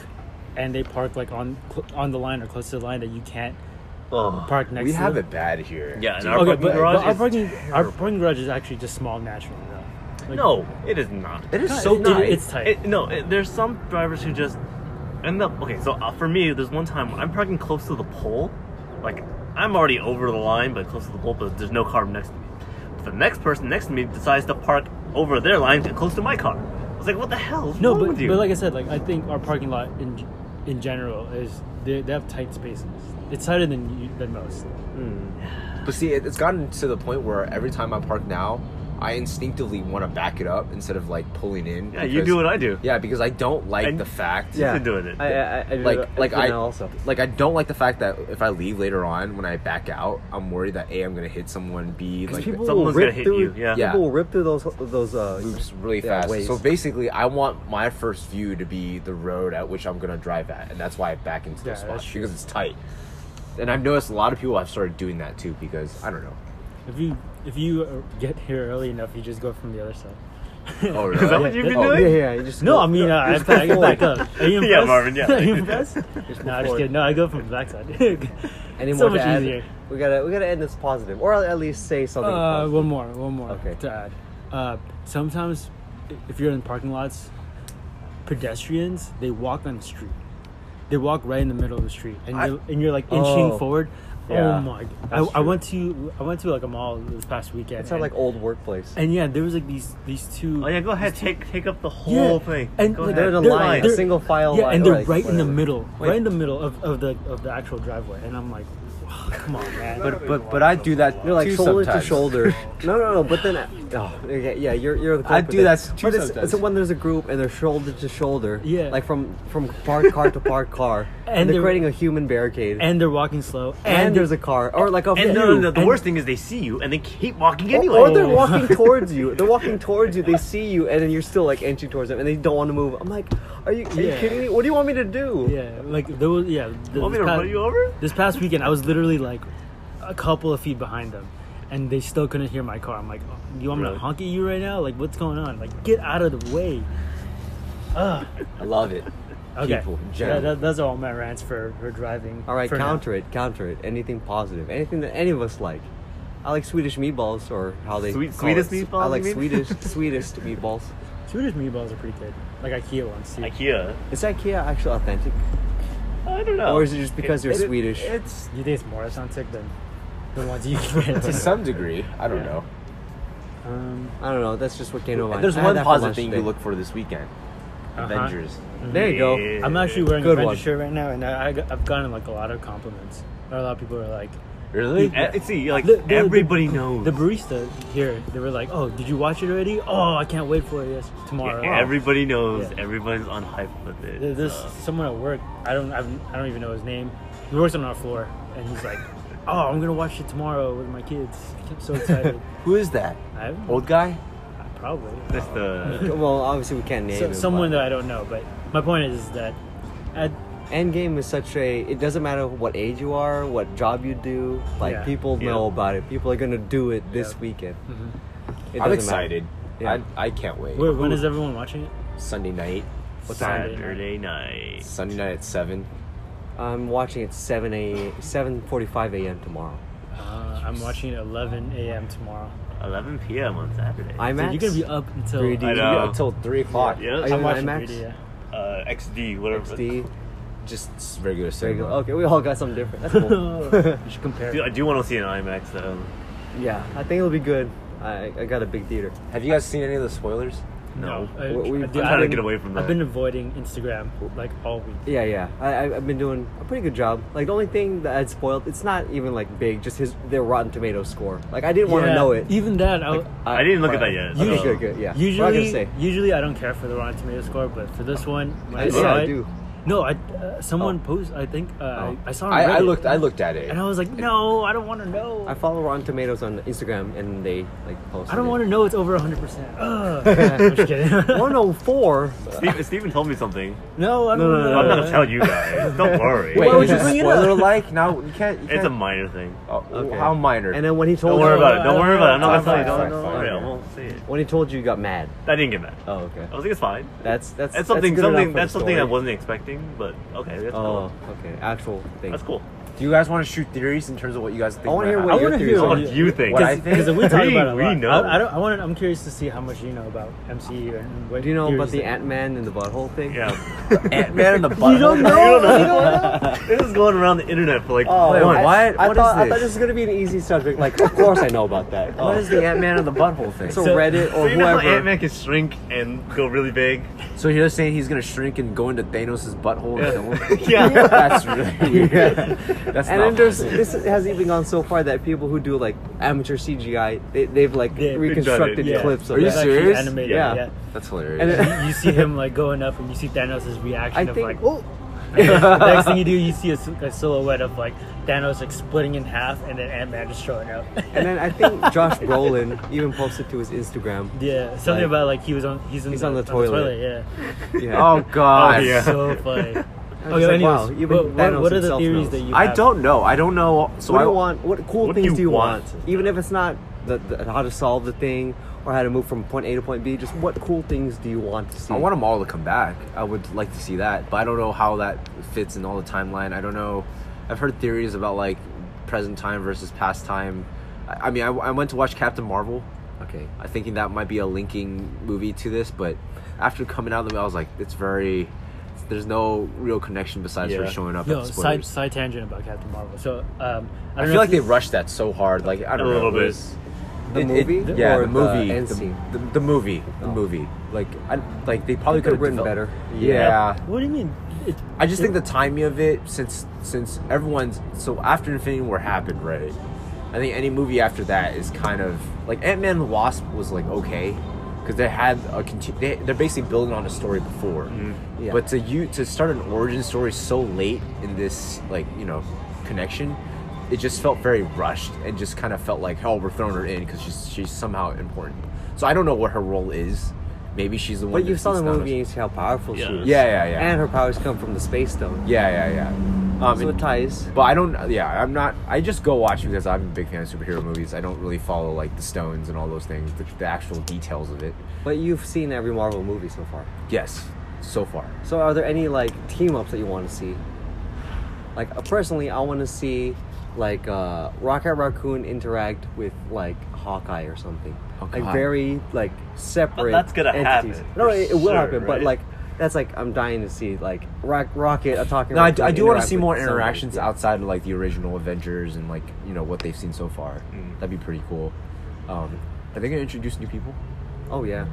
Speaker 3: and they park like on cl- on the line or close to the line that you can't
Speaker 2: Oh,
Speaker 3: park next.
Speaker 4: we
Speaker 3: to
Speaker 4: have
Speaker 3: them.
Speaker 4: it bad here.
Speaker 2: Yeah, and
Speaker 4: Dude,
Speaker 2: our
Speaker 3: Okay,
Speaker 2: parking
Speaker 3: but,
Speaker 2: garage
Speaker 3: but our
Speaker 2: is
Speaker 3: parking our parking garage is actually just small naturally though. Like,
Speaker 2: no, it is not.
Speaker 4: it is
Speaker 3: God,
Speaker 4: so
Speaker 3: it-
Speaker 4: tight.
Speaker 3: it's tight.
Speaker 2: It, no, it, there's some drivers who just end up. Okay, so uh, for me, there's one time I'm parking close to the pole, like I'm already over the line, but close to the pole, but there's no car next to me. But the next person next to me decides to park over their line and close to my car. I was like, what the hell? Is
Speaker 3: no,
Speaker 2: wrong
Speaker 3: but,
Speaker 2: with you?
Speaker 3: but like I said, like I think our parking lot in in general is they, they have tight spaces. It's tighter than you, than most.
Speaker 4: But see, it, it's gotten to the point where every time I park now, I instinctively want to back it up instead of like pulling in.
Speaker 2: yeah, you do what I do.
Speaker 4: Yeah, because I don't like
Speaker 2: And-
Speaker 4: the fact.
Speaker 2: Yeah. been doing it.
Speaker 1: I, I, I do
Speaker 4: Like,
Speaker 1: that-
Speaker 4: like
Speaker 1: I've done
Speaker 4: I
Speaker 1: that also.
Speaker 4: like I don't like the fact that if I leave later on when I back out, I'm worried that a I'm gonna hit someone. B like
Speaker 1: people
Speaker 2: someone's
Speaker 1: will
Speaker 2: gonna
Speaker 1: rip
Speaker 2: hit
Speaker 1: through,
Speaker 2: you, yeah.
Speaker 4: Yeah.
Speaker 1: People will rip through those those uh,
Speaker 4: loops really
Speaker 1: Yeah,
Speaker 4: fast.
Speaker 1: ways.
Speaker 4: So basically, I want my first view to be the road at which I'm gonna drive at, and that's why I back into
Speaker 3: Yeah,
Speaker 4: the spot
Speaker 3: that's true.
Speaker 4: because it's tight. And I've noticed a lot of people have started doing that too because I don't know.
Speaker 3: If you if you uh, get here early enough, you just go from the other side.
Speaker 4: Oh, really?
Speaker 2: Is that what you've been
Speaker 1: Oh,
Speaker 2: doing?
Speaker 1: yeah, yeah. You just
Speaker 3: No,
Speaker 1: go-
Speaker 3: I mean uh, I,
Speaker 1: just
Speaker 3: have to- I
Speaker 1: go
Speaker 3: get back
Speaker 1: forward.
Speaker 3: up. *laughs* Are you impressed?
Speaker 2: Yeah, Marvin,
Speaker 3: *laughs*
Speaker 2: yeah.
Speaker 3: Are you impressed? no, I'm just
Speaker 1: forward.
Speaker 3: kidding. No, I go from the backside. *laughs*
Speaker 1: Any
Speaker 3: so
Speaker 1: more
Speaker 3: much
Speaker 1: to add?
Speaker 3: easier.
Speaker 1: We gotta we gotta end this positive, or at least say something.
Speaker 3: Uh,
Speaker 1: positive.
Speaker 3: one more, one more
Speaker 1: Okay.
Speaker 3: to add. Uh, sometimes, i- if you're in parking lots, pedestrians they walk on the street. They walk right in the middle of the street, and
Speaker 4: I-
Speaker 3: you're, and you're like inching
Speaker 1: Oh,
Speaker 3: forward.
Speaker 1: yeah,
Speaker 3: oh my! g- I,
Speaker 1: that's
Speaker 3: I
Speaker 1: true.
Speaker 3: went to I went to like a mall this past weekend.
Speaker 1: It's not
Speaker 3: and,
Speaker 1: like old workplace.
Speaker 3: and yeah, there was like these these two.
Speaker 2: Oh yeah, go ahead. Take take up the
Speaker 3: Yeah,
Speaker 2: whole thing.
Speaker 3: And
Speaker 2: go
Speaker 3: like,
Speaker 1: They're
Speaker 2: ahead.
Speaker 1: in a line, a
Speaker 3: they're-
Speaker 1: single file
Speaker 3: Yeah,
Speaker 1: line,
Speaker 3: and they're
Speaker 1: or, like,
Speaker 3: right in the
Speaker 1: whatever.
Speaker 3: middle,
Speaker 4: Wait.
Speaker 3: right in the middle of, of the of the actual driveway, and I'm like, wow, come on, man.
Speaker 4: But but but I do that.
Speaker 1: You're like
Speaker 4: too
Speaker 1: shoulder
Speaker 4: sometimes.
Speaker 1: to
Speaker 4: *laughs*
Speaker 1: shoulder. no, no, no. But then, oh, yeah, yeah, you're you're the.
Speaker 4: I
Speaker 1: culprit
Speaker 4: do
Speaker 1: there.
Speaker 4: that too
Speaker 1: But it's,
Speaker 4: sometimes.
Speaker 1: it's when there's a group and they're shoulder to shoulder.
Speaker 3: Yeah.
Speaker 1: Like from from park car to park car, and,
Speaker 3: And
Speaker 1: they're
Speaker 3: they're-
Speaker 1: creating a human barricade.
Speaker 3: and they're walking slow,
Speaker 1: And there's a car or like a few.
Speaker 2: And no, no, no, the
Speaker 3: And-
Speaker 2: worst thing is they see you and they keep walking
Speaker 1: Or-
Speaker 2: anyway.
Speaker 1: Or
Speaker 2: *laughs*
Speaker 1: they're walking towards you. They're walking towards you. They see you, and then you're still like inching towards them, and they don't want to move. I'm like, are you, are you
Speaker 3: Yeah.
Speaker 1: kidding me? What do you want me to do?
Speaker 3: Yeah, like there was yeah. th-
Speaker 2: Want me
Speaker 3: this
Speaker 2: to
Speaker 3: pa-
Speaker 2: run you over?
Speaker 3: This past weekend, I was literally like a couple of feet behind them, and they still couldn't hear my car. I'm like, "Oh, you want me
Speaker 2: Really?
Speaker 3: to honk at you right now? Like, what's going on? Like, get out of the way. Ugh.
Speaker 4: I love it.
Speaker 3: Okay.
Speaker 4: People in
Speaker 3: yeah,
Speaker 4: general.
Speaker 3: that, that's all my rants for for driving.
Speaker 1: All right,
Speaker 3: for now.
Speaker 1: counter it, counter it. Anything positive, anything that any of us like. I like Swedish meatballs, or how they
Speaker 2: Sweet-
Speaker 1: call
Speaker 2: sweetest
Speaker 1: it.
Speaker 2: meatballs,
Speaker 1: I like
Speaker 2: you mean?
Speaker 1: Swedish sweetest meatballs.
Speaker 3: Swedish meatballs are pretty good, like IKEA ones. Too.
Speaker 2: IKEA.
Speaker 1: Is IKEA actually authentic,
Speaker 2: I don't know.
Speaker 1: or is it just because
Speaker 2: Oh. It-
Speaker 1: you're
Speaker 2: it-
Speaker 1: Swedish?
Speaker 2: It's
Speaker 3: You think it's more authentic than the ones you *laughs* get?
Speaker 4: to some degree, I don't
Speaker 2: Yeah.
Speaker 4: know.
Speaker 3: um,
Speaker 1: I don't know. That's just what came to mind.
Speaker 4: There's
Speaker 1: I had
Speaker 4: one
Speaker 1: that for
Speaker 4: positive
Speaker 1: lunch
Speaker 4: thing
Speaker 1: today. Mm.
Speaker 4: you look for this weekend:
Speaker 3: Uh-huh.
Speaker 4: Avengers.
Speaker 1: There you go.
Speaker 2: Yeah.
Speaker 3: I'm actually wearing
Speaker 1: Good
Speaker 3: a
Speaker 1: one.
Speaker 3: Avengers shirt right now, and I, I, got- I've gotten like a lot of compliments. A lot of people are like,
Speaker 4: Really?
Speaker 2: Eh, see, like
Speaker 3: The- the- the-
Speaker 2: everybody knows.
Speaker 3: The barista here, they were like, "Oh, did you watch it already? Oh, I can't wait for it yes, tomorrow."
Speaker 2: Yeah, Uh. everybody knows.
Speaker 3: Yeah.
Speaker 2: Everybody's on hype with it.
Speaker 3: There- There's
Speaker 2: so.
Speaker 3: someone at work. I don't. I've, I don't even know his name. He works on our floor, and he's like, "Oh, I'm gonna watch it tomorrow with my kids. I'm so
Speaker 2: *laughs*
Speaker 3: excited."
Speaker 4: Who is that?
Speaker 3: I,
Speaker 2: Oh.
Speaker 4: Old guy?
Speaker 3: I probably
Speaker 1: *laughs*
Speaker 2: That's the.
Speaker 1: Well, obviously we can't name
Speaker 3: so,
Speaker 1: it,
Speaker 3: someone that
Speaker 1: but-
Speaker 3: I don't know. But my point is that at
Speaker 1: Endgame is such a. It doesn't matter what age you are, what job you do. Like
Speaker 3: Yeah.
Speaker 1: people
Speaker 2: Yeah.
Speaker 1: know about it. People are gonna do it this
Speaker 3: Yeah. Mm-hmm.
Speaker 1: weekend. It doesn't
Speaker 4: I'm
Speaker 1: matter.
Speaker 4: excited.
Speaker 1: Yeah.
Speaker 4: I, I can't wait.
Speaker 3: where, when is everyone watching it?
Speaker 4: Sunday night.
Speaker 3: What time?
Speaker 2: Saturday night.
Speaker 4: Sunday night at seven.
Speaker 1: I'm watching at seven a seven forty five a.m. tomorrow.
Speaker 3: Uh, I'm watching it 11 a.m. tomorrow.
Speaker 2: 11 p.m. on Saturday.
Speaker 1: I'm
Speaker 3: So you're gonna be up until
Speaker 1: 3D.
Speaker 2: I know.
Speaker 4: Until three o'clock.
Speaker 2: Yeah.
Speaker 1: Are you
Speaker 3: I'm
Speaker 1: in
Speaker 3: watching
Speaker 1: IMAX?
Speaker 3: 3D. yeah.
Speaker 2: uh, XD, whatever.
Speaker 1: XD.
Speaker 4: Just s- regular
Speaker 1: Regular.
Speaker 4: cinema.
Speaker 1: Okay, we all got something different. That's
Speaker 3: *laughs*
Speaker 1: cool. *laughs*
Speaker 3: you should compare.
Speaker 2: Dude, I do want to see an IMAX though.
Speaker 1: yeah, I think it'll be good. I, I got a big theater.
Speaker 4: Have you guys seen any of the spoilers?
Speaker 2: No.
Speaker 3: I-
Speaker 1: We- we- I'm
Speaker 3: I- dude,
Speaker 2: I'm
Speaker 3: I've
Speaker 2: trying to
Speaker 3: been-
Speaker 2: get away from that.
Speaker 3: I've been avoiding Instagram like all week.
Speaker 1: Yeah, yeah. I, I- I've been doing a pretty good job. Like the only thing that I'd spoiled, it's not even like big. Just his their Rotten Tomato score. Like I didn't want to
Speaker 3: Yeah,
Speaker 1: know it.
Speaker 3: Even that,
Speaker 1: Oh,
Speaker 3: I,
Speaker 2: I didn't look at that yet,
Speaker 1: Okay,
Speaker 2: so-
Speaker 1: good, good. Yeah. We're not
Speaker 3: usually
Speaker 1: gonna say.
Speaker 3: usually I don't care for the Rotten Tomato score, but for this one, when I
Speaker 1: Yeah,
Speaker 3: saw
Speaker 1: I
Speaker 3: it,
Speaker 1: do.
Speaker 3: No, I uh, someone
Speaker 4: Oh.
Speaker 3: posted. I think uh,
Speaker 1: Oh.
Speaker 3: I, I saw. on
Speaker 4: I, I
Speaker 3: Reddit,
Speaker 4: looked. I looked at it.
Speaker 3: and I was like, no, I don't want to know.
Speaker 1: I follow Rotten Tomatoes on Instagram, and they like post.
Speaker 3: I don't want to know it's over 100%.
Speaker 1: *laughs*
Speaker 3: Ugh. I'm just kidding. *laughs*
Speaker 1: to. *laughs* One oh four.
Speaker 2: Steven, Steven told me something.
Speaker 3: no, I don't
Speaker 1: No, no,
Speaker 3: know.
Speaker 1: no,
Speaker 2: I'm not gonna tell you guys. Don't worry.
Speaker 4: Wait,
Speaker 3: Why would
Speaker 4: is
Speaker 3: you
Speaker 4: it
Speaker 3: bring it up?
Speaker 4: spoiler like? Now you can't. You can't
Speaker 2: it's a minor thing.
Speaker 4: oh,
Speaker 1: Okay.
Speaker 4: How minor?
Speaker 1: And then when he told
Speaker 2: Don't
Speaker 1: you,
Speaker 2: worry
Speaker 3: no,
Speaker 2: about it.
Speaker 3: I
Speaker 2: Don't
Speaker 3: don't know.
Speaker 2: worry about it. I'm not
Speaker 1: Fine,
Speaker 2: gonna tell you.
Speaker 1: fine,
Speaker 3: Oh,
Speaker 2: Don't
Speaker 1: fine,
Speaker 2: worry. I
Speaker 1: fine.
Speaker 2: won't say it.
Speaker 1: when he told you, you got mad.
Speaker 2: I didn't get mad.
Speaker 1: Oh, okay.
Speaker 2: I was like, it's fine.
Speaker 1: That's that's
Speaker 2: That's
Speaker 1: that's
Speaker 2: something.
Speaker 1: good enough
Speaker 2: something.
Speaker 1: for
Speaker 2: That's
Speaker 1: the
Speaker 2: something I
Speaker 1: story.
Speaker 2: wasn't expecting. But okay, that's
Speaker 1: Oh,
Speaker 2: cool.
Speaker 1: okay. Actual thing.
Speaker 2: That's cool.
Speaker 4: do you guys want to shoot theories in terms of what you guys think?
Speaker 1: I wanna
Speaker 4: might
Speaker 1: hear
Speaker 4: happen?
Speaker 1: what
Speaker 3: I
Speaker 1: your
Speaker 3: wanna
Speaker 1: theories
Speaker 3: hear
Speaker 1: are.
Speaker 2: What do you think?
Speaker 4: What I think?
Speaker 3: Because we talk
Speaker 2: We-
Speaker 3: about it a
Speaker 2: we
Speaker 3: lot.
Speaker 2: know.
Speaker 3: I, I don't, I want. I'm curious to see how much you know about MCU and what
Speaker 1: Do you know about
Speaker 3: theories
Speaker 1: the
Speaker 3: that-
Speaker 1: Ant Man and the butthole thing?
Speaker 2: Yeah.
Speaker 4: Ant Man and the
Speaker 3: You don't know.
Speaker 2: You don't know. this is going around the internet for like.
Speaker 1: Oh,
Speaker 4: Wait,
Speaker 1: I,
Speaker 4: what?
Speaker 1: I
Speaker 4: What is
Speaker 1: thought, I thought this
Speaker 4: this?
Speaker 1: was gonna be an easy subject. Like, of course I know about that.
Speaker 4: What is the Ant Man and the butthole thing?
Speaker 1: So,
Speaker 4: So,
Speaker 1: Reddit
Speaker 2: so
Speaker 1: or
Speaker 2: you know how
Speaker 1: whoever.
Speaker 2: *laughs* Ant Man can shrink and go really big?
Speaker 4: you're saying he's gonna shrink and go into Thanos' butthole? *laughs* and
Speaker 2: Yeah. *laughs* Yeah.
Speaker 4: that's really weird. That's
Speaker 1: and
Speaker 4: not.
Speaker 1: then there's
Speaker 4: funny.
Speaker 1: this has even gone so far that people who do like amateur CGI, they, they've like
Speaker 3: Yeah, they've done
Speaker 1: reconstructed
Speaker 2: it, yeah.
Speaker 1: clips of
Speaker 4: Are you
Speaker 1: that.
Speaker 3: Actually
Speaker 4: serious?
Speaker 3: Animated.
Speaker 1: Yeah.
Speaker 3: Yeah.
Speaker 4: That's hilarious.
Speaker 1: And then-
Speaker 3: You, you see him like going up, and you see Thanos' reaction
Speaker 1: I
Speaker 3: of
Speaker 1: think.
Speaker 3: like, *laughs*
Speaker 1: oh,
Speaker 3: Next thing you do, you see a, si- a silhouette of like Thanos like splitting in half, and then Ant Man just showing up. *laughs*
Speaker 1: and then I think Josh Brolin even posted to his Instagram.
Speaker 3: yeah, something
Speaker 1: Like-
Speaker 3: about like he was on he's, in
Speaker 1: He's on the toilet.
Speaker 3: yeah,
Speaker 1: Yeah.
Speaker 4: oh God.
Speaker 2: Oh, yeah.
Speaker 3: so
Speaker 1: *laughs*
Speaker 3: funny.
Speaker 1: like,
Speaker 3: okay, anyways,
Speaker 1: wow, even
Speaker 3: what, what,
Speaker 1: Thanos
Speaker 3: what are the
Speaker 1: himself
Speaker 3: theories
Speaker 1: knows.
Speaker 3: that you?
Speaker 4: I
Speaker 3: have?
Speaker 4: don't know. I don't know. So
Speaker 1: So what
Speaker 4: I
Speaker 1: do you want? What cool
Speaker 2: What do
Speaker 1: things do
Speaker 2: you
Speaker 1: you, want?
Speaker 2: want?
Speaker 1: Even if it's not the, the, how to solve the thing or how to move from point A to point B, just what cool things do you want to see?
Speaker 4: I want them all to come back. I would like to see that, but I don't know how that fits in all the timeline. I don't know. I've heard theories about like present time versus past time. I, I mean, I, I went to watch Captain Marvel.
Speaker 1: Okay.
Speaker 4: I thinking that might be a linking movie to this, but after coming out of the movie, I was like, it's very. There's no real connection besides her
Speaker 2: Yeah.
Speaker 4: showing up.
Speaker 3: No
Speaker 4: at the
Speaker 3: side
Speaker 4: spoilers.
Speaker 3: side tangent about Captain Marvel. So um, I,
Speaker 4: I
Speaker 3: don't
Speaker 4: feel
Speaker 3: know
Speaker 4: like
Speaker 3: if
Speaker 4: they
Speaker 3: you-
Speaker 4: rushed that so hard. Like
Speaker 2: *laughs*
Speaker 4: I
Speaker 2: A
Speaker 4: don't know.
Speaker 2: little
Speaker 4: it
Speaker 2: bit.
Speaker 4: was-
Speaker 1: The
Speaker 4: it- it-
Speaker 1: movie?
Speaker 4: yeah,
Speaker 1: Or
Speaker 4: the movie,
Speaker 1: the end scene?
Speaker 4: the, the, the movie, the
Speaker 1: Oh.
Speaker 4: movie. Like, I, like they
Speaker 1: Probably
Speaker 4: probably
Speaker 1: could
Speaker 4: could
Speaker 1: have written better.
Speaker 4: Yeah.
Speaker 3: What do you mean? It,
Speaker 4: I just think the timing of it, since since everyone's so after Infinity War happened, right? I think any movie after that is kind of like Ant Man and the Wasp was like okay because they had a continu- they, they're basically building on a story before,
Speaker 1: Mm-hmm. Yeah.
Speaker 4: but to you to start an origin story so late in this like you know connection, it just felt very rushed and just kind of felt like oh we're throwing her in because she's she's somehow important. So I don't know what her role is. Maybe she's the one.
Speaker 1: But you
Speaker 4: that
Speaker 1: saw the
Speaker 4: sits down-
Speaker 1: movie and you see how powerful she
Speaker 2: Yeah.
Speaker 1: is.
Speaker 4: Yeah, yeah, yeah.
Speaker 1: And her powers come from the space stone.
Speaker 4: Yeah, yeah, yeah. Um,
Speaker 1: so
Speaker 4: and-
Speaker 1: it ties.
Speaker 4: But I don't. Yeah, I'm not. I just go watch because I'm a big fan of superhero movies. I don't really follow like the stones and all those things, the, the actual details of it.
Speaker 1: But you've seen every Marvel movie so far.
Speaker 4: Yes, so far.
Speaker 1: So are there any like team ups that you want to see? Like uh, personally, I want to see like uh, Rocket Raccoon interact with like Hawkeye or something.
Speaker 4: Oh,
Speaker 1: like
Speaker 4: God.
Speaker 1: very like separate.
Speaker 2: that's gonna
Speaker 1: entities.
Speaker 2: happen,
Speaker 1: No,
Speaker 2: for
Speaker 1: it, it will
Speaker 2: sure,
Speaker 1: happen. But
Speaker 2: right?
Speaker 1: like that's like I'm dying to see like Rock, Rocket attacking.
Speaker 4: No, I, do- I do want to see more interactions outside of like the original Avengers and like you know what they've seen so far.
Speaker 2: Mm.
Speaker 4: That'd be pretty cool. Um, are they gonna introduce new people?
Speaker 1: Oh yeah,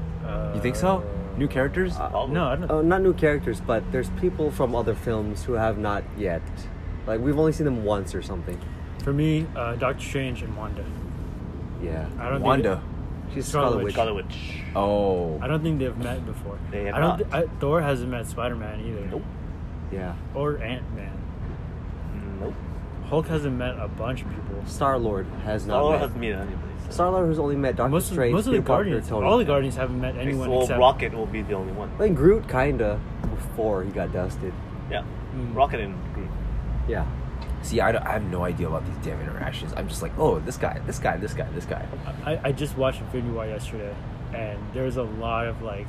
Speaker 4: You think so? New characters?
Speaker 1: Uh,
Speaker 3: No, I don't.
Speaker 1: oh, not new characters, but there's people from other films who have not yet. Like we've only seen them once or something.
Speaker 3: For me, uh, Doctor Strange and Wanda.
Speaker 1: Yeah,
Speaker 3: I don't
Speaker 4: Wanda.
Speaker 1: she's
Speaker 3: Scarlet
Speaker 1: Scarlet
Speaker 3: Witch.
Speaker 1: Witch.
Speaker 2: Uh, Scarlet Witch.
Speaker 4: Oh.
Speaker 3: I don't think they've met before.
Speaker 2: They have
Speaker 3: I
Speaker 2: not.
Speaker 3: don't. thi- I, Thor hasn't met Spider Man either.
Speaker 2: Nope.
Speaker 1: Yeah,
Speaker 3: Or Ant Man.
Speaker 2: Nope.
Speaker 3: Hulk hasn't met a bunch of people.
Speaker 1: Star Lord has not.
Speaker 2: Star
Speaker 1: met.
Speaker 2: has me anybody. So.
Speaker 1: Star Lord who's only met Doctor
Speaker 3: Most of,
Speaker 1: Strange,
Speaker 3: most of the
Speaker 1: Peter Parker,
Speaker 3: Guardians,
Speaker 1: Tony.
Speaker 3: all the Guardians haven't met anyone
Speaker 2: well,
Speaker 3: except
Speaker 2: Rocket will be the only one.
Speaker 1: I think Groot kinda before he got dusted.
Speaker 2: Yeah.
Speaker 3: Mm.
Speaker 2: Rocket and Groot.
Speaker 1: Yeah.
Speaker 4: See, I, don't, I have no idea about these damn interactions. I'm just like, oh, this guy, this guy, this guy, this guy.
Speaker 3: I, I just watched Infinity War yesterday, and there's a lot of like.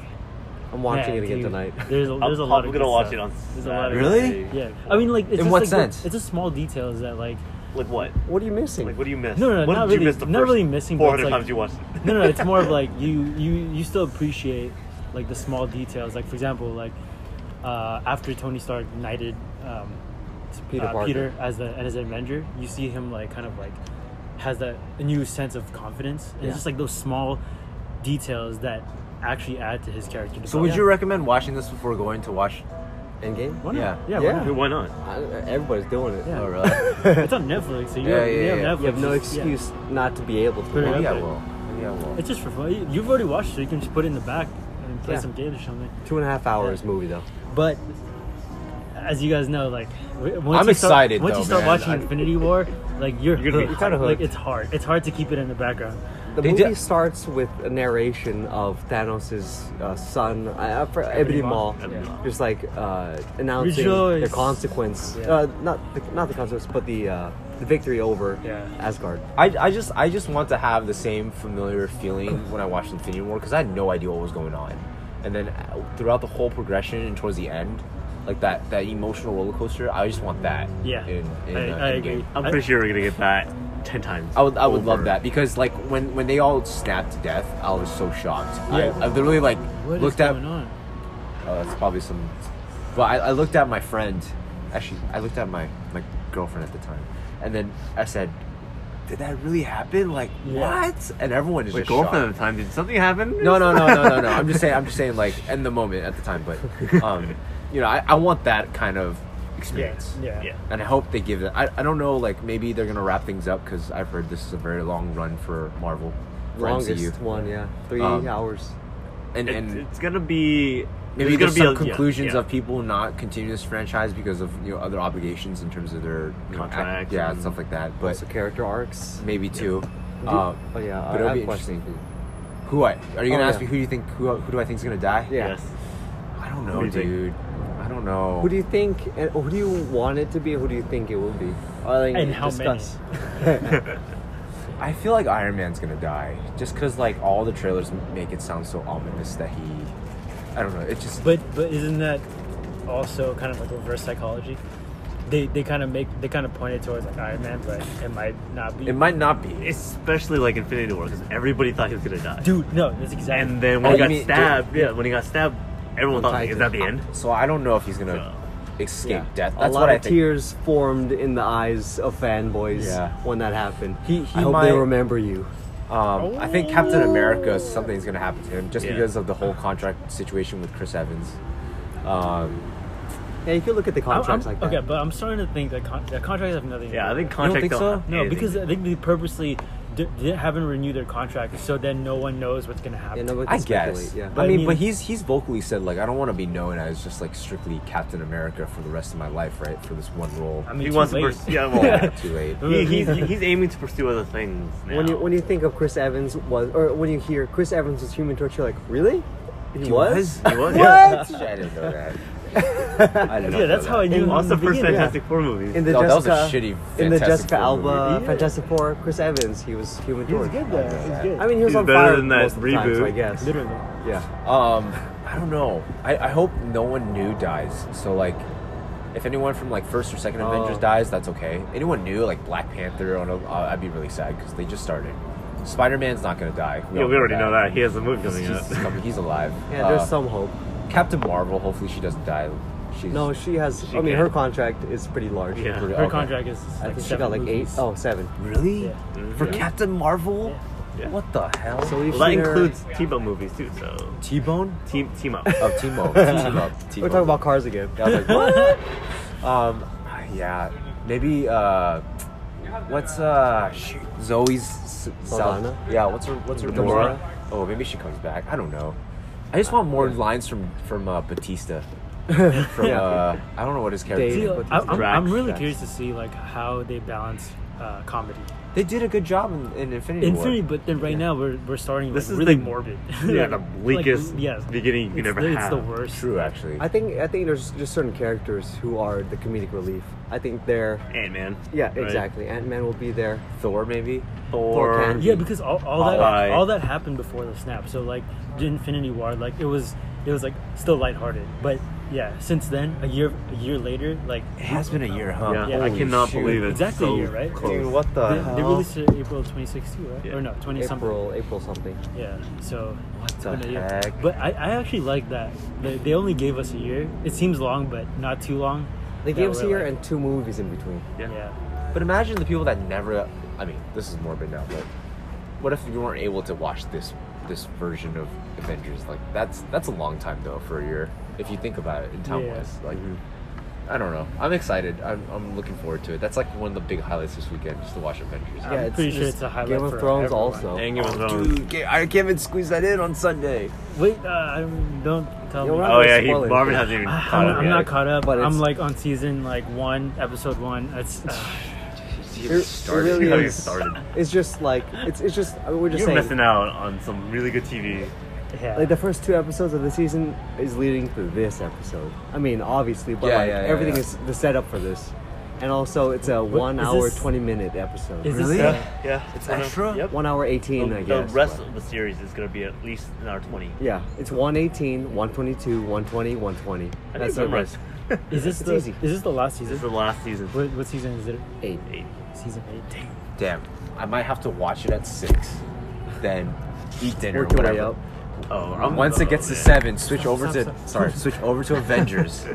Speaker 1: I'm watching
Speaker 3: man,
Speaker 1: it again
Speaker 3: dude,
Speaker 1: tonight.
Speaker 3: There's a,
Speaker 2: I'm
Speaker 3: there's a lot
Speaker 2: probably
Speaker 3: of.
Speaker 2: gonna
Speaker 3: good
Speaker 2: watch
Speaker 3: stuff.
Speaker 2: it on.
Speaker 3: There's a lot of.
Speaker 4: Saturday. Really?
Speaker 3: Yeah, I mean, like, it's
Speaker 4: In
Speaker 3: just
Speaker 4: what
Speaker 3: like the-
Speaker 4: sense?
Speaker 3: it's just small details that like.
Speaker 2: Like what?
Speaker 1: *laughs* What are you missing?
Speaker 2: Like what do you miss?
Speaker 3: No, no,
Speaker 2: what
Speaker 3: not
Speaker 2: did you
Speaker 3: really-
Speaker 2: miss the
Speaker 3: not
Speaker 2: first
Speaker 3: really missing, but
Speaker 2: Four
Speaker 3: it's
Speaker 2: hundred
Speaker 3: like-
Speaker 2: times you watched
Speaker 3: *laughs*
Speaker 2: it.
Speaker 3: no, no, it's more of like you you you still appreciate like the small details. Like for example, like uh, after Tony Stark knighted um,
Speaker 1: Peter
Speaker 3: uh,
Speaker 1: Parker.
Speaker 3: Peter as the as an Avenger, you see him like kind of like has that new sense of confidence, and
Speaker 1: Yeah.
Speaker 3: it's just like those small details that actually add to his character.
Speaker 4: So, would
Speaker 3: development.
Speaker 4: you recommend watching this before going to watch?
Speaker 1: Endgame?
Speaker 3: Why not?
Speaker 4: Yeah.
Speaker 3: yeah,
Speaker 1: Yeah.
Speaker 3: Why not?
Speaker 2: *laughs* Why not?
Speaker 1: I, everybody's doing it.
Speaker 3: Yeah.
Speaker 4: Oh, really?
Speaker 3: *laughs* it's on Netflix, so you,
Speaker 4: Yeah,
Speaker 3: have, you
Speaker 4: yeah,
Speaker 3: have
Speaker 4: yeah.
Speaker 3: Netflix.
Speaker 1: You have no
Speaker 3: it's- yeah.
Speaker 1: excuse not to be able
Speaker 3: Put it
Speaker 1: to.
Speaker 3: up.
Speaker 4: Maybe I
Speaker 3: there.
Speaker 4: will. Maybe I will.
Speaker 3: It's just for fun. You- You've already watched it, so you can just put it in the back and play
Speaker 1: Yeah.
Speaker 3: some games or something.
Speaker 1: Two and a half hours movie though.
Speaker 3: But as you guys know, like w- once
Speaker 4: I'm
Speaker 3: you start-
Speaker 4: excited,
Speaker 3: Once
Speaker 4: though,
Speaker 3: you start
Speaker 4: man.
Speaker 3: watching
Speaker 4: I-
Speaker 3: Infinity War, like you're,
Speaker 2: You're gonna be
Speaker 3: hooked.
Speaker 1: kinda
Speaker 3: Like
Speaker 1: hooked.
Speaker 3: it's hard. It's hard to keep it in the background.
Speaker 1: The
Speaker 4: They
Speaker 1: movie
Speaker 4: did-
Speaker 1: starts with a narration of Thanos' uh, son, uh, for Ebony
Speaker 3: Maw.
Speaker 1: Maw,
Speaker 2: Ebony Maw.
Speaker 1: just like uh, announcing the
Speaker 3: Rejoice.
Speaker 1: consequence.
Speaker 3: Yeah.
Speaker 1: Uh, not the, not the consequence, but the uh, the victory over
Speaker 3: Yeah.
Speaker 1: Asgard.
Speaker 4: I, I just I just want to have the same familiar feeling when I watched Infinity War because I had no idea what was going on, and then uh, throughout the whole progression and towards the end, like that that emotional roller coaster. I just want that.
Speaker 3: Yeah,
Speaker 4: In, in,
Speaker 3: I,
Speaker 4: uh,
Speaker 3: I
Speaker 4: in
Speaker 3: agree.
Speaker 4: Game.
Speaker 2: I'm
Speaker 3: I-
Speaker 2: pretty sure we're gonna get that ten times.
Speaker 4: I would I would love
Speaker 2: over.
Speaker 4: that because like when when they all snapped to death, I was so shocked.
Speaker 3: Yeah.
Speaker 4: I, I literally like
Speaker 3: What is
Speaker 4: looked at.
Speaker 3: going on?
Speaker 4: Oh, that's probably some. But I, I looked at my friend. Actually, I looked at my my girlfriend at the time, and then I said, "Did that really happen? Like
Speaker 3: Yeah.
Speaker 4: what?" And everyone is
Speaker 2: Wait,
Speaker 4: just
Speaker 2: girlfriend at
Speaker 4: shocked.
Speaker 2: the time, did something happen?
Speaker 4: No, no, no, no, no, no. I'm just saying. I'm just saying. Like in the moment, at the time, but um, you know, I, I want that kind of
Speaker 3: Yeah,
Speaker 4: experience.
Speaker 3: yeah,
Speaker 2: Yeah.
Speaker 4: And I hope they give it. I, I don't know, like maybe they're gonna wrap things up because I've heard this is a very long run for Marvel, for
Speaker 1: Longest
Speaker 4: MCU.
Speaker 1: one, yeah, three
Speaker 4: Um,
Speaker 1: hours.
Speaker 4: and
Speaker 2: It-
Speaker 4: and
Speaker 2: it's gonna be
Speaker 4: maybe
Speaker 2: there's
Speaker 4: there's
Speaker 2: gonna
Speaker 4: some
Speaker 2: be a- yeah,
Speaker 4: conclusions
Speaker 2: yeah.
Speaker 4: of people not continuing this franchise because of you know other obligations in terms of their you know, act-
Speaker 2: Contracts
Speaker 4: yeah,
Speaker 2: and-
Speaker 4: and stuff like that. But
Speaker 1: Also character arcs.
Speaker 4: maybe two.
Speaker 1: Do-
Speaker 4: Uh,
Speaker 1: oh yeah, I-
Speaker 4: but it'll
Speaker 1: I
Speaker 4: be
Speaker 1: have a question.
Speaker 4: interesting. Who I are you gonna
Speaker 1: Oh,
Speaker 4: ask
Speaker 1: yeah.
Speaker 4: me? Who do you think? Who who do I think is gonna die?
Speaker 1: Yeah.
Speaker 2: Yes.
Speaker 4: I don't
Speaker 2: Who
Speaker 4: know,
Speaker 2: do you think?
Speaker 4: dude. I don't know.
Speaker 1: Who do you think? And who do you want it to be? Who do you think it will be? I think
Speaker 3: And how many?
Speaker 1: discuss.
Speaker 4: I feel like Iron Man's gonna die just because like all the trailers m- make it sound so ominous that he. I don't know. It just
Speaker 3: But but isn't that also kind of like reverse psychology? They they kind of make they kind of point it towards like Iron Man, but it might not be.
Speaker 4: it might not be.
Speaker 2: Especially like Infinity War, because everybody thought he was gonna die.
Speaker 3: Dude, no, that's exactly.
Speaker 2: And then when he
Speaker 4: Oh, you
Speaker 2: got
Speaker 4: mean-
Speaker 2: stabbed, yeah, when he got stabbed, everyone thought, like, is that the end?
Speaker 4: So I don't know if he's gonna escape
Speaker 1: Yeah.
Speaker 4: death.
Speaker 1: A
Speaker 4: That's
Speaker 1: lot
Speaker 4: what
Speaker 1: of
Speaker 4: I think.
Speaker 1: tears formed in the eyes of fanboys
Speaker 4: Yeah.
Speaker 1: when that happened.
Speaker 4: He- he
Speaker 1: I hope they
Speaker 4: might-
Speaker 1: remember you.
Speaker 4: Um, I think Captain America something's gonna happen to him just
Speaker 2: Yeah.
Speaker 4: because of the whole contract situation with Chris Evans. Um,
Speaker 1: Yeah, you could look at the
Speaker 3: I'm- I'm-
Speaker 1: contracts like that.
Speaker 3: okay, but I'm starting to think that, con- that contracts have nothing. to
Speaker 2: Yeah,
Speaker 3: do
Speaker 2: I
Speaker 3: with
Speaker 2: think
Speaker 3: it.
Speaker 2: contract
Speaker 4: think so?
Speaker 2: have
Speaker 3: No,
Speaker 2: anything.
Speaker 3: because I think they purposely d- didn't, haven't renewed their contract, so then no one knows what's gonna happen.
Speaker 1: Yeah, nobody can
Speaker 4: I guess.
Speaker 1: speculate, Yeah.
Speaker 4: I
Speaker 3: I
Speaker 4: mean,
Speaker 3: mean-
Speaker 4: but he's he's vocally said like I don't want to be known as just like strictly Captain America for the rest of my life, right? For this one role.
Speaker 3: I
Speaker 4: I *laughs*
Speaker 3: mean,
Speaker 2: he
Speaker 3: too
Speaker 2: wants to
Speaker 3: late.
Speaker 2: pursue. Yeah,
Speaker 4: yeah,
Speaker 2: well,
Speaker 4: *laughs* too late.
Speaker 2: he, he's, he's aiming to pursue other things. Now.
Speaker 1: When you when you think of Chris Evans was, or when you hear Chris Evans was Human Torch, you're like, really?
Speaker 4: He
Speaker 2: He was, yeah.
Speaker 4: What? *laughs* I didn't know *laughs* that. I didn't
Speaker 3: yeah, that's how I knew.
Speaker 2: He
Speaker 3: him
Speaker 2: was
Speaker 3: in the
Speaker 2: the first
Speaker 3: beginning.
Speaker 2: Fantastic Four
Speaker 1: *laughs*
Speaker 2: movie.
Speaker 1: In the
Speaker 4: No, that was
Speaker 1: Jessica,
Speaker 4: a shitty
Speaker 1: in the
Speaker 4: Fantastic
Speaker 1: Jessica
Speaker 4: Four
Speaker 1: Alba
Speaker 4: movie.
Speaker 3: Yeah.
Speaker 1: Fantastic Four, Chris Evans, he was Human
Speaker 3: He was
Speaker 1: Torch.
Speaker 3: good though. He was good.
Speaker 1: I mean, he was
Speaker 2: He's
Speaker 1: on
Speaker 2: better
Speaker 1: fire
Speaker 2: than that
Speaker 1: most of the time, so I
Speaker 2: reboot.
Speaker 1: guess.
Speaker 3: literally.
Speaker 1: Yeah.
Speaker 4: Um, I don't know. I, I hope no one new dies. So like, if anyone from like first or second
Speaker 1: Oh.
Speaker 4: Avengers dies, that's okay. Anyone new like Black Panther, I don't know, uh, I'd be really sad because they just started. Spider Man's not gonna die.
Speaker 2: Yeah,
Speaker 4: all
Speaker 2: we already know that. He has a movie coming
Speaker 4: He's,
Speaker 2: out.
Speaker 4: he's coming- he's alive.
Speaker 1: Yeah, there's
Speaker 4: Uh,
Speaker 1: some hope.
Speaker 4: Captain Marvel. Hopefully she doesn't die. She's
Speaker 1: No, she has.
Speaker 2: she
Speaker 1: I mean,
Speaker 2: can.
Speaker 1: her contract is pretty large.
Speaker 2: Yeah.
Speaker 4: pretty-
Speaker 3: Her
Speaker 4: okay.
Speaker 3: contract is.
Speaker 1: I
Speaker 3: like
Speaker 1: think she
Speaker 3: seven
Speaker 1: got like eight,
Speaker 3: movies.
Speaker 1: oh, seven.
Speaker 4: Really?
Speaker 3: Yeah.
Speaker 4: For
Speaker 2: Yeah.
Speaker 4: Captain Marvel?
Speaker 2: Yeah.
Speaker 4: What the hell?
Speaker 1: So we've
Speaker 2: Well, that
Speaker 1: seen her-
Speaker 2: includes T-Bone movies too. So
Speaker 4: T Bone?
Speaker 2: team team up.
Speaker 4: Oh, T-Mo. T-Mo.
Speaker 1: We're talking about cars again.
Speaker 4: I was like, what? um, yeah, maybe uh, what's uh, shoot, Zoe's s-
Speaker 1: Saldana?
Speaker 4: Sal- Yeah, what's her what's her
Speaker 1: Nora?
Speaker 4: name? Oh, maybe she comes back. I don't know. I just want more lines from from uh, Batista. from
Speaker 1: Yeah.
Speaker 4: uh, I don't know what his character.
Speaker 1: Dave.
Speaker 3: See,
Speaker 4: name
Speaker 3: like,
Speaker 4: was.
Speaker 3: I, am
Speaker 2: Drax,
Speaker 3: I'm really
Speaker 2: Drax.
Speaker 3: curious to see like how they balance uh, comedy.
Speaker 4: They did a good job in, in Infinity War.
Speaker 3: Infinity, but then right now we're, we're starting
Speaker 2: This
Speaker 3: like,
Speaker 2: is
Speaker 3: really
Speaker 2: the-
Speaker 3: morbid.
Speaker 2: yeah,
Speaker 3: Like, *laughs*
Speaker 2: the
Speaker 3: like,
Speaker 2: bleakest
Speaker 3: yes.
Speaker 2: beginning you
Speaker 3: It's
Speaker 2: could ever
Speaker 3: the- It's
Speaker 2: have.
Speaker 3: the worst.
Speaker 4: True, actually.
Speaker 1: I think I think there's just certain characters who are the comedic relief. I think they're
Speaker 2: Ant Man.
Speaker 1: yeah exactly. Ant Man will be there.
Speaker 4: Thor, maybe.
Speaker 1: Thor
Speaker 2: Thor.
Speaker 1: can-
Speaker 3: Yeah, because all, all that
Speaker 2: Hawkeye.
Speaker 3: all that happened before the snap. So like the Infinity War, like it was it was like still lighthearted. But yeah, since then, a year a year later, like
Speaker 4: It has been a year, huh?
Speaker 2: Yeah, I
Speaker 4: Holy
Speaker 2: cannot
Speaker 4: shoot.
Speaker 2: believe it.
Speaker 3: Exactly a
Speaker 2: so
Speaker 3: year, right?
Speaker 2: Close.
Speaker 4: Dude, what the
Speaker 3: they,
Speaker 4: hell?
Speaker 3: they released it April 2016, right?
Speaker 2: Yeah.
Speaker 3: Or no, 20 something.
Speaker 1: April April something.
Speaker 3: Yeah. So
Speaker 4: What
Speaker 3: it's
Speaker 4: the
Speaker 3: been a year.
Speaker 4: heck?
Speaker 3: But I, I actually like that. They, they only gave us a year. It seems long, but not too long.
Speaker 1: They
Speaker 3: That
Speaker 1: gave us
Speaker 3: we're
Speaker 1: here
Speaker 3: like-
Speaker 1: and two movies in between.
Speaker 2: Yeah.
Speaker 3: yeah.
Speaker 4: But imagine the people that never. I mean, this is morbid now, but what if you weren't able to watch this this version of
Speaker 1: Mm-hmm.
Speaker 4: Avengers? Like that's that's a long time though for a year if you think about it in time wise.
Speaker 3: Yeah.
Speaker 4: Like I don't know. I'm excited. I'm, I'm looking forward to it. That's like one of the big highlights this weekend, just to watch Avengers.
Speaker 3: I'm pretty sure
Speaker 1: just
Speaker 3: it's a highlight
Speaker 1: Game of
Speaker 3: for
Speaker 1: Thrones
Speaker 3: everyone.
Speaker 1: also.
Speaker 2: Dang, it was
Speaker 4: Oh,
Speaker 2: wrong.
Speaker 4: dude, I can't even squeeze that in on Sunday.
Speaker 3: Wait, uh, I'm- don't tell
Speaker 1: Yeah,
Speaker 3: me.
Speaker 1: we're not
Speaker 2: Oh yeah, he,
Speaker 1: Spoiler.
Speaker 2: Marvin hasn't even
Speaker 3: I-
Speaker 2: caught
Speaker 3: I'm,
Speaker 2: up
Speaker 3: I'm
Speaker 2: yet.
Speaker 3: not caught up.
Speaker 1: But
Speaker 3: I'm
Speaker 1: it's-
Speaker 3: like on season like one, episode one. That's uh,
Speaker 4: It,
Speaker 1: it really
Speaker 2: How you
Speaker 1: is.
Speaker 2: started.
Speaker 1: It's just like it's it's just I mean, we're just
Speaker 2: You're
Speaker 1: saying
Speaker 2: missing out on some really good TV.
Speaker 3: yeah.
Speaker 1: like the first two episodes of the season is leading to this episode. I mean, obviously, but
Speaker 4: Yeah,
Speaker 1: like
Speaker 4: yeah, yeah,
Speaker 1: everything
Speaker 4: yeah.
Speaker 1: is the setup for this, and also it's a one
Speaker 3: is
Speaker 1: hour
Speaker 3: this-
Speaker 1: twenty minute episode.
Speaker 3: is this
Speaker 4: Really?
Speaker 3: uh,
Speaker 4: Yeah.
Speaker 2: Yeah, it's
Speaker 4: one of- extra?
Speaker 2: Yep.
Speaker 1: One hour eighteen, I
Speaker 2: the, the
Speaker 1: guess.
Speaker 2: rest
Speaker 1: but-
Speaker 2: of the series is gonna be at least an hour twenty.
Speaker 1: yeah, it's 118, 122, 120, 120.
Speaker 2: I
Speaker 1: That's
Speaker 2: That's
Speaker 1: the
Speaker 2: memorize.
Speaker 1: rest.
Speaker 3: is this
Speaker 1: It's
Speaker 3: the
Speaker 1: easy.
Speaker 3: is this the last
Speaker 2: *laughs* This
Speaker 3: season?
Speaker 2: is the last season.
Speaker 3: what, what season is it?
Speaker 1: Eight.
Speaker 2: Eight.
Speaker 3: Season eight. Dang.
Speaker 4: Damn, I might have to watch it at six, then eat dinner.
Speaker 1: Work your way
Speaker 4: whatever.
Speaker 1: up.
Speaker 2: Oh, I'm
Speaker 4: Once it gets to seven, switch
Speaker 3: Stop,
Speaker 4: over
Speaker 3: stop,
Speaker 4: to
Speaker 3: stop.
Speaker 4: sorry, switch over to Avengers.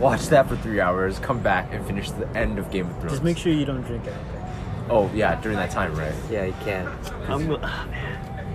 Speaker 4: Watch that for three hours. Come back and finish the end of Game of Thrones.
Speaker 3: Just make sure you don't drink anything.
Speaker 4: Oh yeah, during that time, right?
Speaker 1: Yeah, you can.
Speaker 2: I'm, go- ah, man.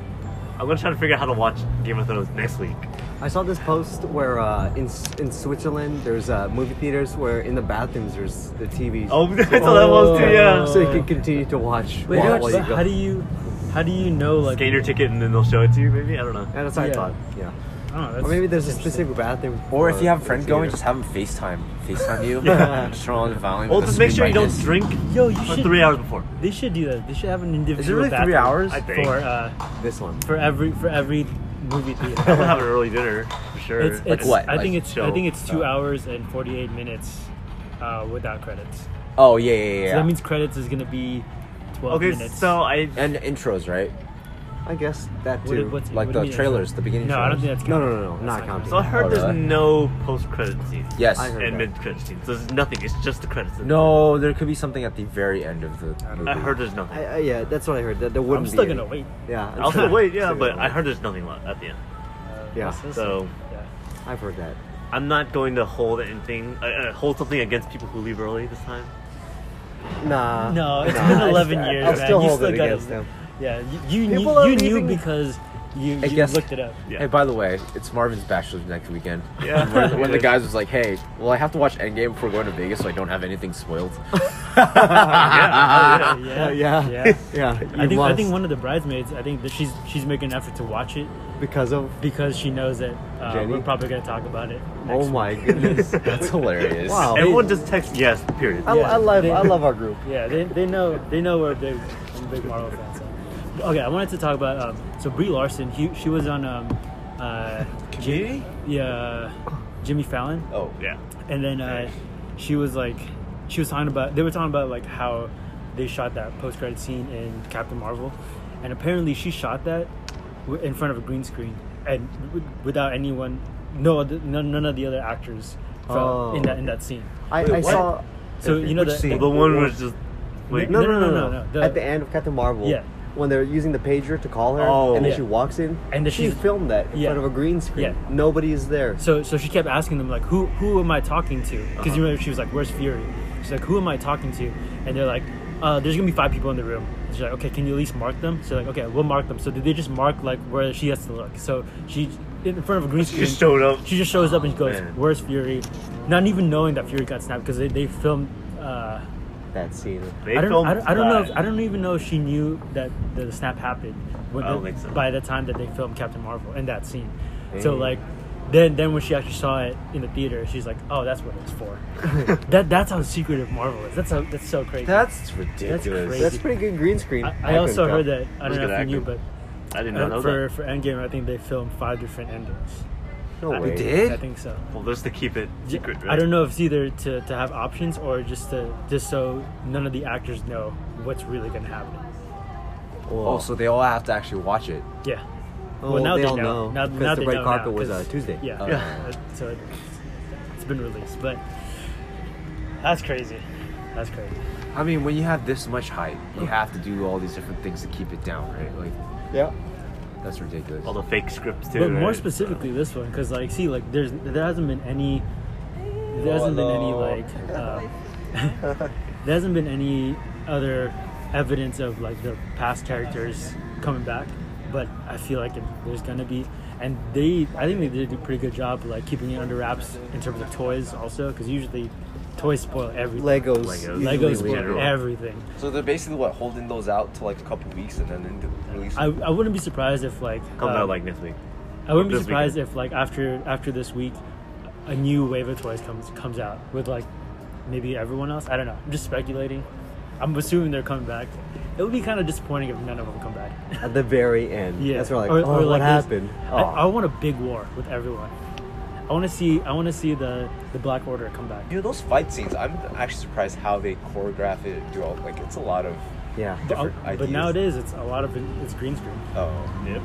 Speaker 2: I'm gonna try to figure out how to watch Game of Thrones next week.
Speaker 1: I saw this post where uh, in in Switzerland there's uh, movie theaters where in the bathrooms there's the TVs.
Speaker 2: Oh, *laughs* I saw that one too. Yeah.
Speaker 1: so you can continue to watch
Speaker 3: Wait,
Speaker 1: while,
Speaker 3: how,
Speaker 1: while you go.
Speaker 3: how do you how do you know like
Speaker 2: Scan your ticket and then they'll show it to you. Maybe I don't know.
Speaker 1: Yeah, that's what
Speaker 3: Yeah.
Speaker 1: I thought. Yeah.
Speaker 3: I don't know, that's
Speaker 1: Or maybe there's a
Speaker 3: interesting.
Speaker 1: specific bathroom.
Speaker 4: Or if you have a
Speaker 1: for
Speaker 4: friend
Speaker 1: the
Speaker 4: going,
Speaker 1: theater.
Speaker 4: just have them FaceTime. FaceTime you.
Speaker 1: Yeah.
Speaker 4: *laughs* Just turn on the volume.
Speaker 2: Well,
Speaker 4: the
Speaker 2: just make sure you
Speaker 4: screen
Speaker 2: don't
Speaker 4: brightness.
Speaker 3: *laughs*
Speaker 2: drink
Speaker 3: Yo, you
Speaker 2: for
Speaker 3: should.
Speaker 2: three hours before.
Speaker 3: They should do that. They should have an individual.
Speaker 4: really three
Speaker 3: bathroom
Speaker 4: hours?
Speaker 2: I think.
Speaker 3: for uh,
Speaker 1: this one.
Speaker 3: for every for every movie
Speaker 2: I'm gonna have
Speaker 3: theater.
Speaker 2: an early dinner for sure.
Speaker 3: it's, it's,
Speaker 4: what?
Speaker 3: I
Speaker 4: Like
Speaker 3: think it's I
Speaker 2: chill
Speaker 3: think it's two
Speaker 4: stuff.
Speaker 3: hours and forty eight minutes uh, without credits. So
Speaker 4: Oh yeah, yeah, yeah.
Speaker 3: that means credits is gonna be twelve
Speaker 2: okay,
Speaker 3: minutes.
Speaker 2: so I
Speaker 4: and intros, right?
Speaker 1: I guess that
Speaker 3: What
Speaker 1: too.
Speaker 3: did- what's-
Speaker 4: Like
Speaker 3: what do
Speaker 4: the
Speaker 3: you mean?
Speaker 4: trailers, the beginning.
Speaker 3: No, I don't think
Speaker 4: trailers.
Speaker 3: that's
Speaker 1: no,
Speaker 3: counting.
Speaker 1: no, no, no, not
Speaker 3: That's
Speaker 1: counting.
Speaker 2: so I heard
Speaker 4: Oh,
Speaker 2: there's
Speaker 4: really?
Speaker 2: no post credit scene.
Speaker 4: Yes.
Speaker 1: I heard
Speaker 2: And
Speaker 1: that.
Speaker 2: mid credit scene. So there's nothing. It's just the credits.
Speaker 4: No, there could be something at the very end of the.
Speaker 3: I
Speaker 4: Movie.
Speaker 2: I heard there's
Speaker 3: *laughs*
Speaker 2: nothing.
Speaker 1: I, I, yeah, that's what I heard. That there wouldn't
Speaker 3: I'm
Speaker 1: be
Speaker 3: still
Speaker 1: any.
Speaker 3: gonna wait.
Speaker 1: Yeah, I'm
Speaker 2: I'll
Speaker 1: sure. *laughs*
Speaker 2: still *laughs* wait, yeah,
Speaker 1: Still
Speaker 2: but
Speaker 1: gonna
Speaker 2: I
Speaker 1: wait.
Speaker 2: heard there's nothing left at the end.
Speaker 3: Uh,
Speaker 1: Yeah.
Speaker 3: so-
Speaker 2: So-
Speaker 3: yeah.
Speaker 1: I've heard that.
Speaker 2: I'm not going to hold anything, uh, uh, hold something against people who leave early this time.
Speaker 1: Nah. *laughs*
Speaker 3: No, it's
Speaker 1: nah,
Speaker 3: been
Speaker 1: I-
Speaker 3: 11
Speaker 1: I-
Speaker 3: years.
Speaker 1: I'll
Speaker 3: man.
Speaker 1: still
Speaker 3: you
Speaker 1: hold
Speaker 3: still
Speaker 1: it
Speaker 3: gotta-
Speaker 1: against
Speaker 3: *laughs*
Speaker 1: them.
Speaker 3: Yeah, you you,
Speaker 1: People
Speaker 3: knew-
Speaker 1: are
Speaker 3: you knew
Speaker 1: leaving-
Speaker 3: because you, you
Speaker 4: guess-
Speaker 3: looked
Speaker 1: *laughs*
Speaker 3: it up.
Speaker 2: Yeah.
Speaker 4: Hey, by the way, it's Marvin's bachelor's next weekend. *laughs*
Speaker 2: *laughs* Yeah.
Speaker 3: *laughs*
Speaker 4: One of the guys was like, "Hey, well, I have to watch Endgame before going to Vegas, so I don't have anything spoiled."
Speaker 3: Oh, Yeah,
Speaker 2: yeah, yeah.
Speaker 1: Uh, *laughs* *laughs* yeah.
Speaker 3: yeah.
Speaker 1: Yeah, you
Speaker 3: I think I
Speaker 1: must
Speaker 3: think one of the bridesmaids. I think that she's she's making an effort to watch it
Speaker 1: because of.
Speaker 3: because she knows that uh,
Speaker 1: Jenny?
Speaker 3: we're probably gonna talk about it.
Speaker 1: Oh
Speaker 3: Next
Speaker 1: my
Speaker 3: *laughs*
Speaker 4: *laughs*
Speaker 1: goodness.
Speaker 4: That's hilarious.
Speaker 1: Wow.
Speaker 2: Everyone just text yes, period.
Speaker 1: I, I love I love our group.
Speaker 3: Week. Yeah, they, they know they know we're big I'm a big Marvel fan. So. Okay, I wanted to talk about um, so Brie Larson. He, she was on um, uh,
Speaker 4: Community?
Speaker 3: yeah, uh, Jimmy Fallon.
Speaker 4: Oh
Speaker 2: Yeah.
Speaker 3: and then uh, she was like she was talking about they were talking about like how they shot that post-credit scene in captain marvel and apparently she shot that w- in front of a green screen and w- without anyone no other- none none of the other actors felt
Speaker 1: Oh.
Speaker 3: in that in that scene
Speaker 1: I,
Speaker 4: Wait,
Speaker 1: I
Speaker 4: what?
Speaker 1: saw.
Speaker 3: so you know
Speaker 4: Which
Speaker 3: that
Speaker 4: scene?
Speaker 2: The one was just, wait,
Speaker 1: No,
Speaker 3: No,
Speaker 1: no, no,
Speaker 3: no,
Speaker 1: no,
Speaker 3: no, no, the-
Speaker 1: At the end of Captain Marvel,
Speaker 3: Yeah.
Speaker 1: when they're using the pager to call her,
Speaker 4: Oh.
Speaker 1: and then
Speaker 3: Yeah.
Speaker 1: she walks in,
Speaker 3: And then
Speaker 1: she
Speaker 3: she's-
Speaker 1: filmed that in
Speaker 3: Yeah.
Speaker 1: front of a green screen.
Speaker 3: Yeah.
Speaker 1: Nobody is there.
Speaker 3: So so she kept asking them like, who who am I talking to? Because
Speaker 2: Uh-huh.
Speaker 3: you remember she was like, where's Fury? She's like, who am I talking to? And they're like, uh, there's gonna be five people in the room. And she's like, okay, can you at least mark them? So like, okay, we'll mark them. So did they just mark like where she has to look? So she in front of a green
Speaker 2: She
Speaker 3: screen.
Speaker 2: just showed up.
Speaker 3: She just shows up and she goes,
Speaker 2: man.
Speaker 3: where's Fury? Not even knowing that Fury got snapped because they, they filmed. Uh,
Speaker 1: that scene.
Speaker 2: They
Speaker 3: I don't,
Speaker 2: filmed
Speaker 3: I don't, I don't know. If,
Speaker 2: that.
Speaker 3: I don't even know if she knew that the snap happened when
Speaker 2: I don't
Speaker 3: the-
Speaker 2: think so.
Speaker 3: by the time that they filmed Captain Marvel in that scene. So like, then then when she actually saw it in the theater, she's like, "Oh, that's what it's
Speaker 2: *laughs*
Speaker 3: for." that that's how secretive Marvel is. That's how that's so crazy.
Speaker 4: that's ridiculous.
Speaker 3: crazy.
Speaker 1: That's pretty good green screen.
Speaker 3: I, I
Speaker 1: couldn't
Speaker 3: also
Speaker 1: tell.
Speaker 3: heard that I
Speaker 2: Who's
Speaker 3: don't know
Speaker 2: good
Speaker 3: if you knew,
Speaker 2: actor?
Speaker 3: but
Speaker 2: I did
Speaker 3: uh,
Speaker 2: not know
Speaker 3: for
Speaker 2: that.
Speaker 3: for Endgame, I think they filmed five different endings.
Speaker 1: No
Speaker 3: I-
Speaker 1: way.
Speaker 4: They did?
Speaker 3: I think so.
Speaker 2: Well, just to keep it secret, right?
Speaker 3: I don't know if it's either to, to have options or just to just so none of the actors know what's really gonna happen.
Speaker 1: Whoa.
Speaker 4: Oh, so they all have to actually watch it.
Speaker 3: Yeah.
Speaker 1: Oh,
Speaker 3: well, now
Speaker 1: they
Speaker 3: they
Speaker 1: all
Speaker 3: know.
Speaker 1: know,
Speaker 3: Now,
Speaker 1: because
Speaker 3: now
Speaker 1: the
Speaker 3: they
Speaker 1: red
Speaker 3: know
Speaker 1: carpet
Speaker 3: now,
Speaker 1: was,
Speaker 3: 'cause-
Speaker 1: uh, Tuesday.
Speaker 3: Yeah,
Speaker 1: Uh,
Speaker 3: yeah. *laughs* So it, it's been released, but that's crazy. That's crazy.
Speaker 4: I mean, when you have this much hype, you have to do all these different things to keep it down, right? Like
Speaker 1: Yeah.
Speaker 4: that's ridiculous.
Speaker 2: All the fake scripts, too.
Speaker 3: But more
Speaker 2: right? Uh,
Speaker 3: specifically, this one, because like, see, like, there's there hasn't been any, there hasn't been any like, uh, *laughs* there hasn't been any other evidence of like the past characters coming back. But I feel like if there's gonna be, and they, I think they did a pretty good job like keeping it under wraps in terms of toys also, because usually toys spoil everything.
Speaker 1: Legos.
Speaker 2: Legos.
Speaker 1: usually
Speaker 3: Legos
Speaker 1: win.
Speaker 3: spoil
Speaker 2: General.
Speaker 3: everything.
Speaker 4: So they're basically what holding those out to like a couple weeks and then into release.
Speaker 3: I, I wouldn't be surprised if like
Speaker 2: Comes
Speaker 3: um,
Speaker 2: out like next week.
Speaker 3: I wouldn't be
Speaker 2: this
Speaker 3: surprised
Speaker 2: weekend.
Speaker 3: if like after after this week, a new wave of toys comes comes out with like maybe everyone else. I don't know. I'm just speculating. I'm assuming they're coming back. It would be kind of disappointing if none of them
Speaker 1: *laughs*
Speaker 3: come back.
Speaker 1: At the very end.
Speaker 3: Yeah,
Speaker 1: That's where like,
Speaker 3: Or-
Speaker 1: oh,
Speaker 3: or
Speaker 1: what
Speaker 3: like this-
Speaker 1: happened?
Speaker 3: I,
Speaker 1: Aw.
Speaker 3: I want a big war with everyone. I want to see. I want to see the the Black Order come back.
Speaker 4: You know those fight scenes. I'm actually surprised how they choreograph it. Do all like it's a lot of
Speaker 1: yeah.
Speaker 3: But,
Speaker 4: different
Speaker 3: but
Speaker 4: ideas.
Speaker 3: nowadays, it's a lot of it- it's green screen.
Speaker 4: oh,
Speaker 2: Yep.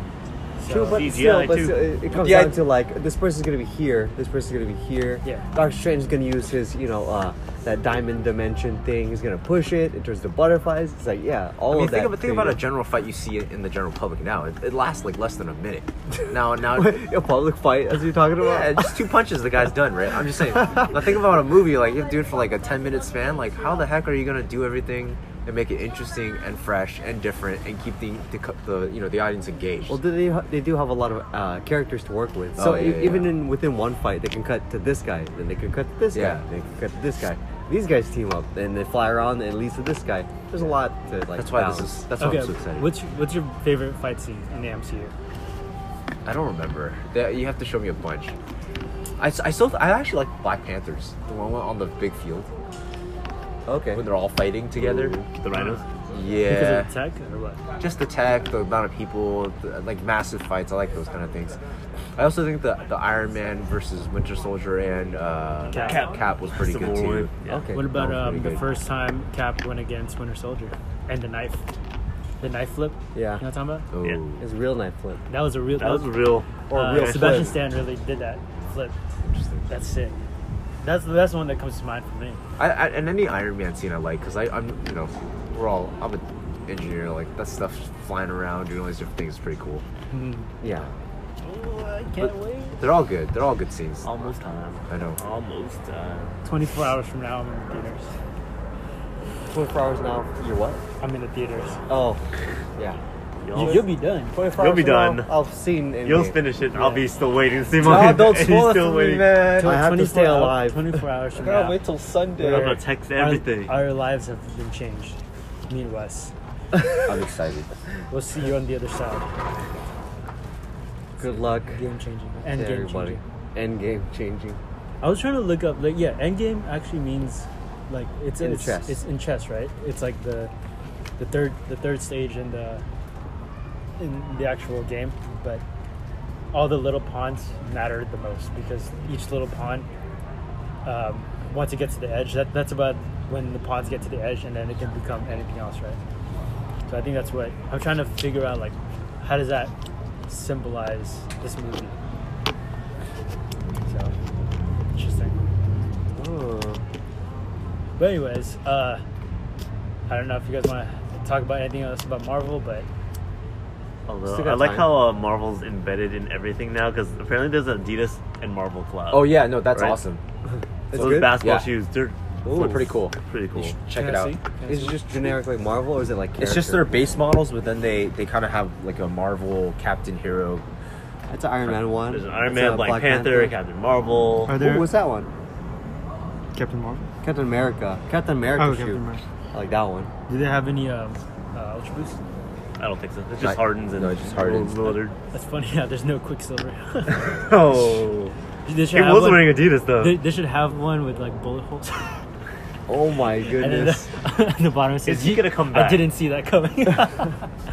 Speaker 3: So,
Speaker 1: True, but
Speaker 2: CGI
Speaker 1: still, but
Speaker 2: too.
Speaker 1: still, it, it comes
Speaker 4: Yeah,
Speaker 1: down
Speaker 4: I-
Speaker 1: to like this person's gonna be here, this person's gonna be here.
Speaker 3: Yeah.
Speaker 1: Doctor Strange's gonna use his, you know, uh, that diamond dimension thing. He's gonna push it. It turns to butterflies. It's like, yeah, all
Speaker 4: I mean,
Speaker 1: of that.
Speaker 4: think, about, think about a
Speaker 1: created-
Speaker 4: general fight you see in the general public now. It, it lasts like less than a *laughs* minute. Now, now,
Speaker 1: *laughs* a public fight as you're talking about.
Speaker 3: *laughs*
Speaker 4: yeah, just two punches, the guy's done, right? I'm just saying. Now, think about a movie like you have to do it for like a 10 minute span. Like, how the heck are you gonna do everything and make it interesting and fresh and different and keep the the, cu- the you know the audience engaged?
Speaker 1: Well, they do- they do have a lot of uh, characters to work with. So
Speaker 4: Oh, yeah,
Speaker 1: e-
Speaker 4: yeah,
Speaker 1: even
Speaker 4: yeah.
Speaker 1: in within one fight, they can cut to this guy, then they can cut to this
Speaker 4: Yeah.
Speaker 1: guy, they can cut to this guy. These guys team up, and they fly around, and it leads to this guy. There's a lot to like.
Speaker 4: that's why this
Speaker 1: balance.
Speaker 4: is that's why
Speaker 3: okay,
Speaker 4: I'm so excited.
Speaker 3: what's your- what's your favorite fight scene in the MCU?
Speaker 4: I don't remember. That, you have to show me a bunch. I, s- I still I actually like Black Panthers, the one on the big field
Speaker 1: okay.
Speaker 4: when they're all fighting together.
Speaker 2: The rhinos.
Speaker 4: Yeah,
Speaker 3: Because of the tech or what?
Speaker 4: just the tech, the amount of people, the, like massive fights. I like those kind of things. I also think the the Iron Man versus Winter Soldier and uh,
Speaker 3: Cap.
Speaker 4: was pretty
Speaker 2: Civil
Speaker 4: good too.
Speaker 2: War. Yeah.
Speaker 1: Okay.
Speaker 3: What about
Speaker 4: that was
Speaker 3: um,
Speaker 4: pretty
Speaker 3: the
Speaker 4: good.
Speaker 3: first time Cap went against Winter Soldier and the knife, the knife flip?
Speaker 1: Yeah.
Speaker 3: you know what I'm talking about?
Speaker 4: Oh.
Speaker 2: Yeah.
Speaker 1: It's real knife flip.
Speaker 3: That was a real.
Speaker 2: That was real.
Speaker 1: Or
Speaker 3: uh,
Speaker 1: real
Speaker 3: Sebastian
Speaker 1: flip.
Speaker 3: Stan really did that flip.
Speaker 4: Interesting.
Speaker 3: That's sick. That's that's the one that comes to mind for me.
Speaker 4: I, I, and any Iron Man scene I like because I I'm you know we're all I'm an engineer like that stuff flying around doing all these different things is pretty cool.
Speaker 2: Hmm.
Speaker 1: Yeah.
Speaker 3: Oh, I can't wait.
Speaker 4: They're all good. They're all good scenes.
Speaker 2: Almost time.
Speaker 4: I know.
Speaker 2: Almost time.
Speaker 3: 24 hours from now, I'm in the theaters.
Speaker 1: 24 hours now. You're what?
Speaker 3: I'm in the theaters.
Speaker 1: Oh, yeah.
Speaker 3: You, you'll be done.
Speaker 1: 24
Speaker 2: You'll be
Speaker 1: from now,
Speaker 2: done.
Speaker 1: I've seen. Endgame.
Speaker 2: You'll finish it. I'll be still waiting to see
Speaker 1: No,
Speaker 2: mine. *laughs*
Speaker 1: don't
Speaker 2: He's
Speaker 1: spoil it
Speaker 2: still
Speaker 1: for me,
Speaker 2: waiting.
Speaker 1: man.
Speaker 3: Tw-
Speaker 1: I have to
Speaker 3: 24
Speaker 1: stay
Speaker 3: hour-
Speaker 1: alive.
Speaker 3: 24 hours *laughs* from
Speaker 1: gotta
Speaker 3: now.
Speaker 1: till Sunday.
Speaker 2: I'm gonna text everything.
Speaker 3: Our, our lives have been changed. Me and Wes.
Speaker 4: I'm excited.
Speaker 3: We'll see you on the other side.
Speaker 1: Good luck
Speaker 3: Game changing.
Speaker 1: to
Speaker 3: End game
Speaker 1: everybody.
Speaker 3: changing.
Speaker 1: End game changing.
Speaker 3: I was trying to look up like yeah, endgame actually means like it's
Speaker 1: In
Speaker 3: it's,
Speaker 1: chess.
Speaker 3: It's in chess, right? It's like the the third the third stage in the in the actual game, but all the little pawns matter the most because each little pawn um, once it gets to the edge, that that's about when the pawns get to the edge, and then it can become anything else, right? So I think that's what I'm trying to figure out. Like, how does that symbolize this movie? So interesting.
Speaker 1: Oh.
Speaker 3: But anyways, uh, I don't know if you guys want to talk about anything else about Marvel, but
Speaker 2: Although
Speaker 1: Still
Speaker 2: I
Speaker 1: got
Speaker 2: like
Speaker 1: time.
Speaker 2: how uh, Marvel's embedded in everything now because apparently there's Adidas and Marvel collab.
Speaker 4: *laughs* Oh yeah, no, that's
Speaker 2: Right.
Speaker 4: awesome.
Speaker 1: It's
Speaker 2: those
Speaker 1: good.
Speaker 2: basketball
Speaker 4: Yeah.
Speaker 2: shoes. They're
Speaker 4: Ooh, pretty cool.
Speaker 2: Pretty cool.
Speaker 4: You should check
Speaker 3: Can I
Speaker 4: it out.
Speaker 3: see? Can I
Speaker 1: Is
Speaker 3: see?
Speaker 1: it just generic like Marvel, or is it like? Character?
Speaker 4: It's just their base models, but then they they kind of have like a Marvel Captain Hero.
Speaker 1: That's an Iron Man one.
Speaker 2: There's an Iron
Speaker 1: That's
Speaker 2: Man,
Speaker 1: a
Speaker 2: Black, Panther, Captain Marvel.
Speaker 5: Are
Speaker 1: What
Speaker 5: there
Speaker 1: was that one?
Speaker 5: Captain Marvel?
Speaker 1: Captain America. Captain America
Speaker 5: Oh,
Speaker 1: shoe.
Speaker 5: Captain America.
Speaker 1: I like that one.
Speaker 3: do they have any um, uh, Ultra Boost?
Speaker 2: I don't think so. It's
Speaker 4: Like-
Speaker 2: just Hardens and
Speaker 4: no, it's just Hardens.
Speaker 2: Lillard.
Speaker 3: That's funny. Yeah, there's no Quicksilver. *laughs*
Speaker 2: Oh,
Speaker 3: they
Speaker 2: he
Speaker 3: should have
Speaker 2: was
Speaker 3: one-
Speaker 2: wearing Adidas though.
Speaker 3: They, they should have one with like bullet holes, *laughs*
Speaker 1: Oh my
Speaker 3: and then
Speaker 1: goodness.
Speaker 3: the, *laughs* the bottom says,
Speaker 2: he gonna come back?
Speaker 3: I didn't see that coming.
Speaker 2: *laughs*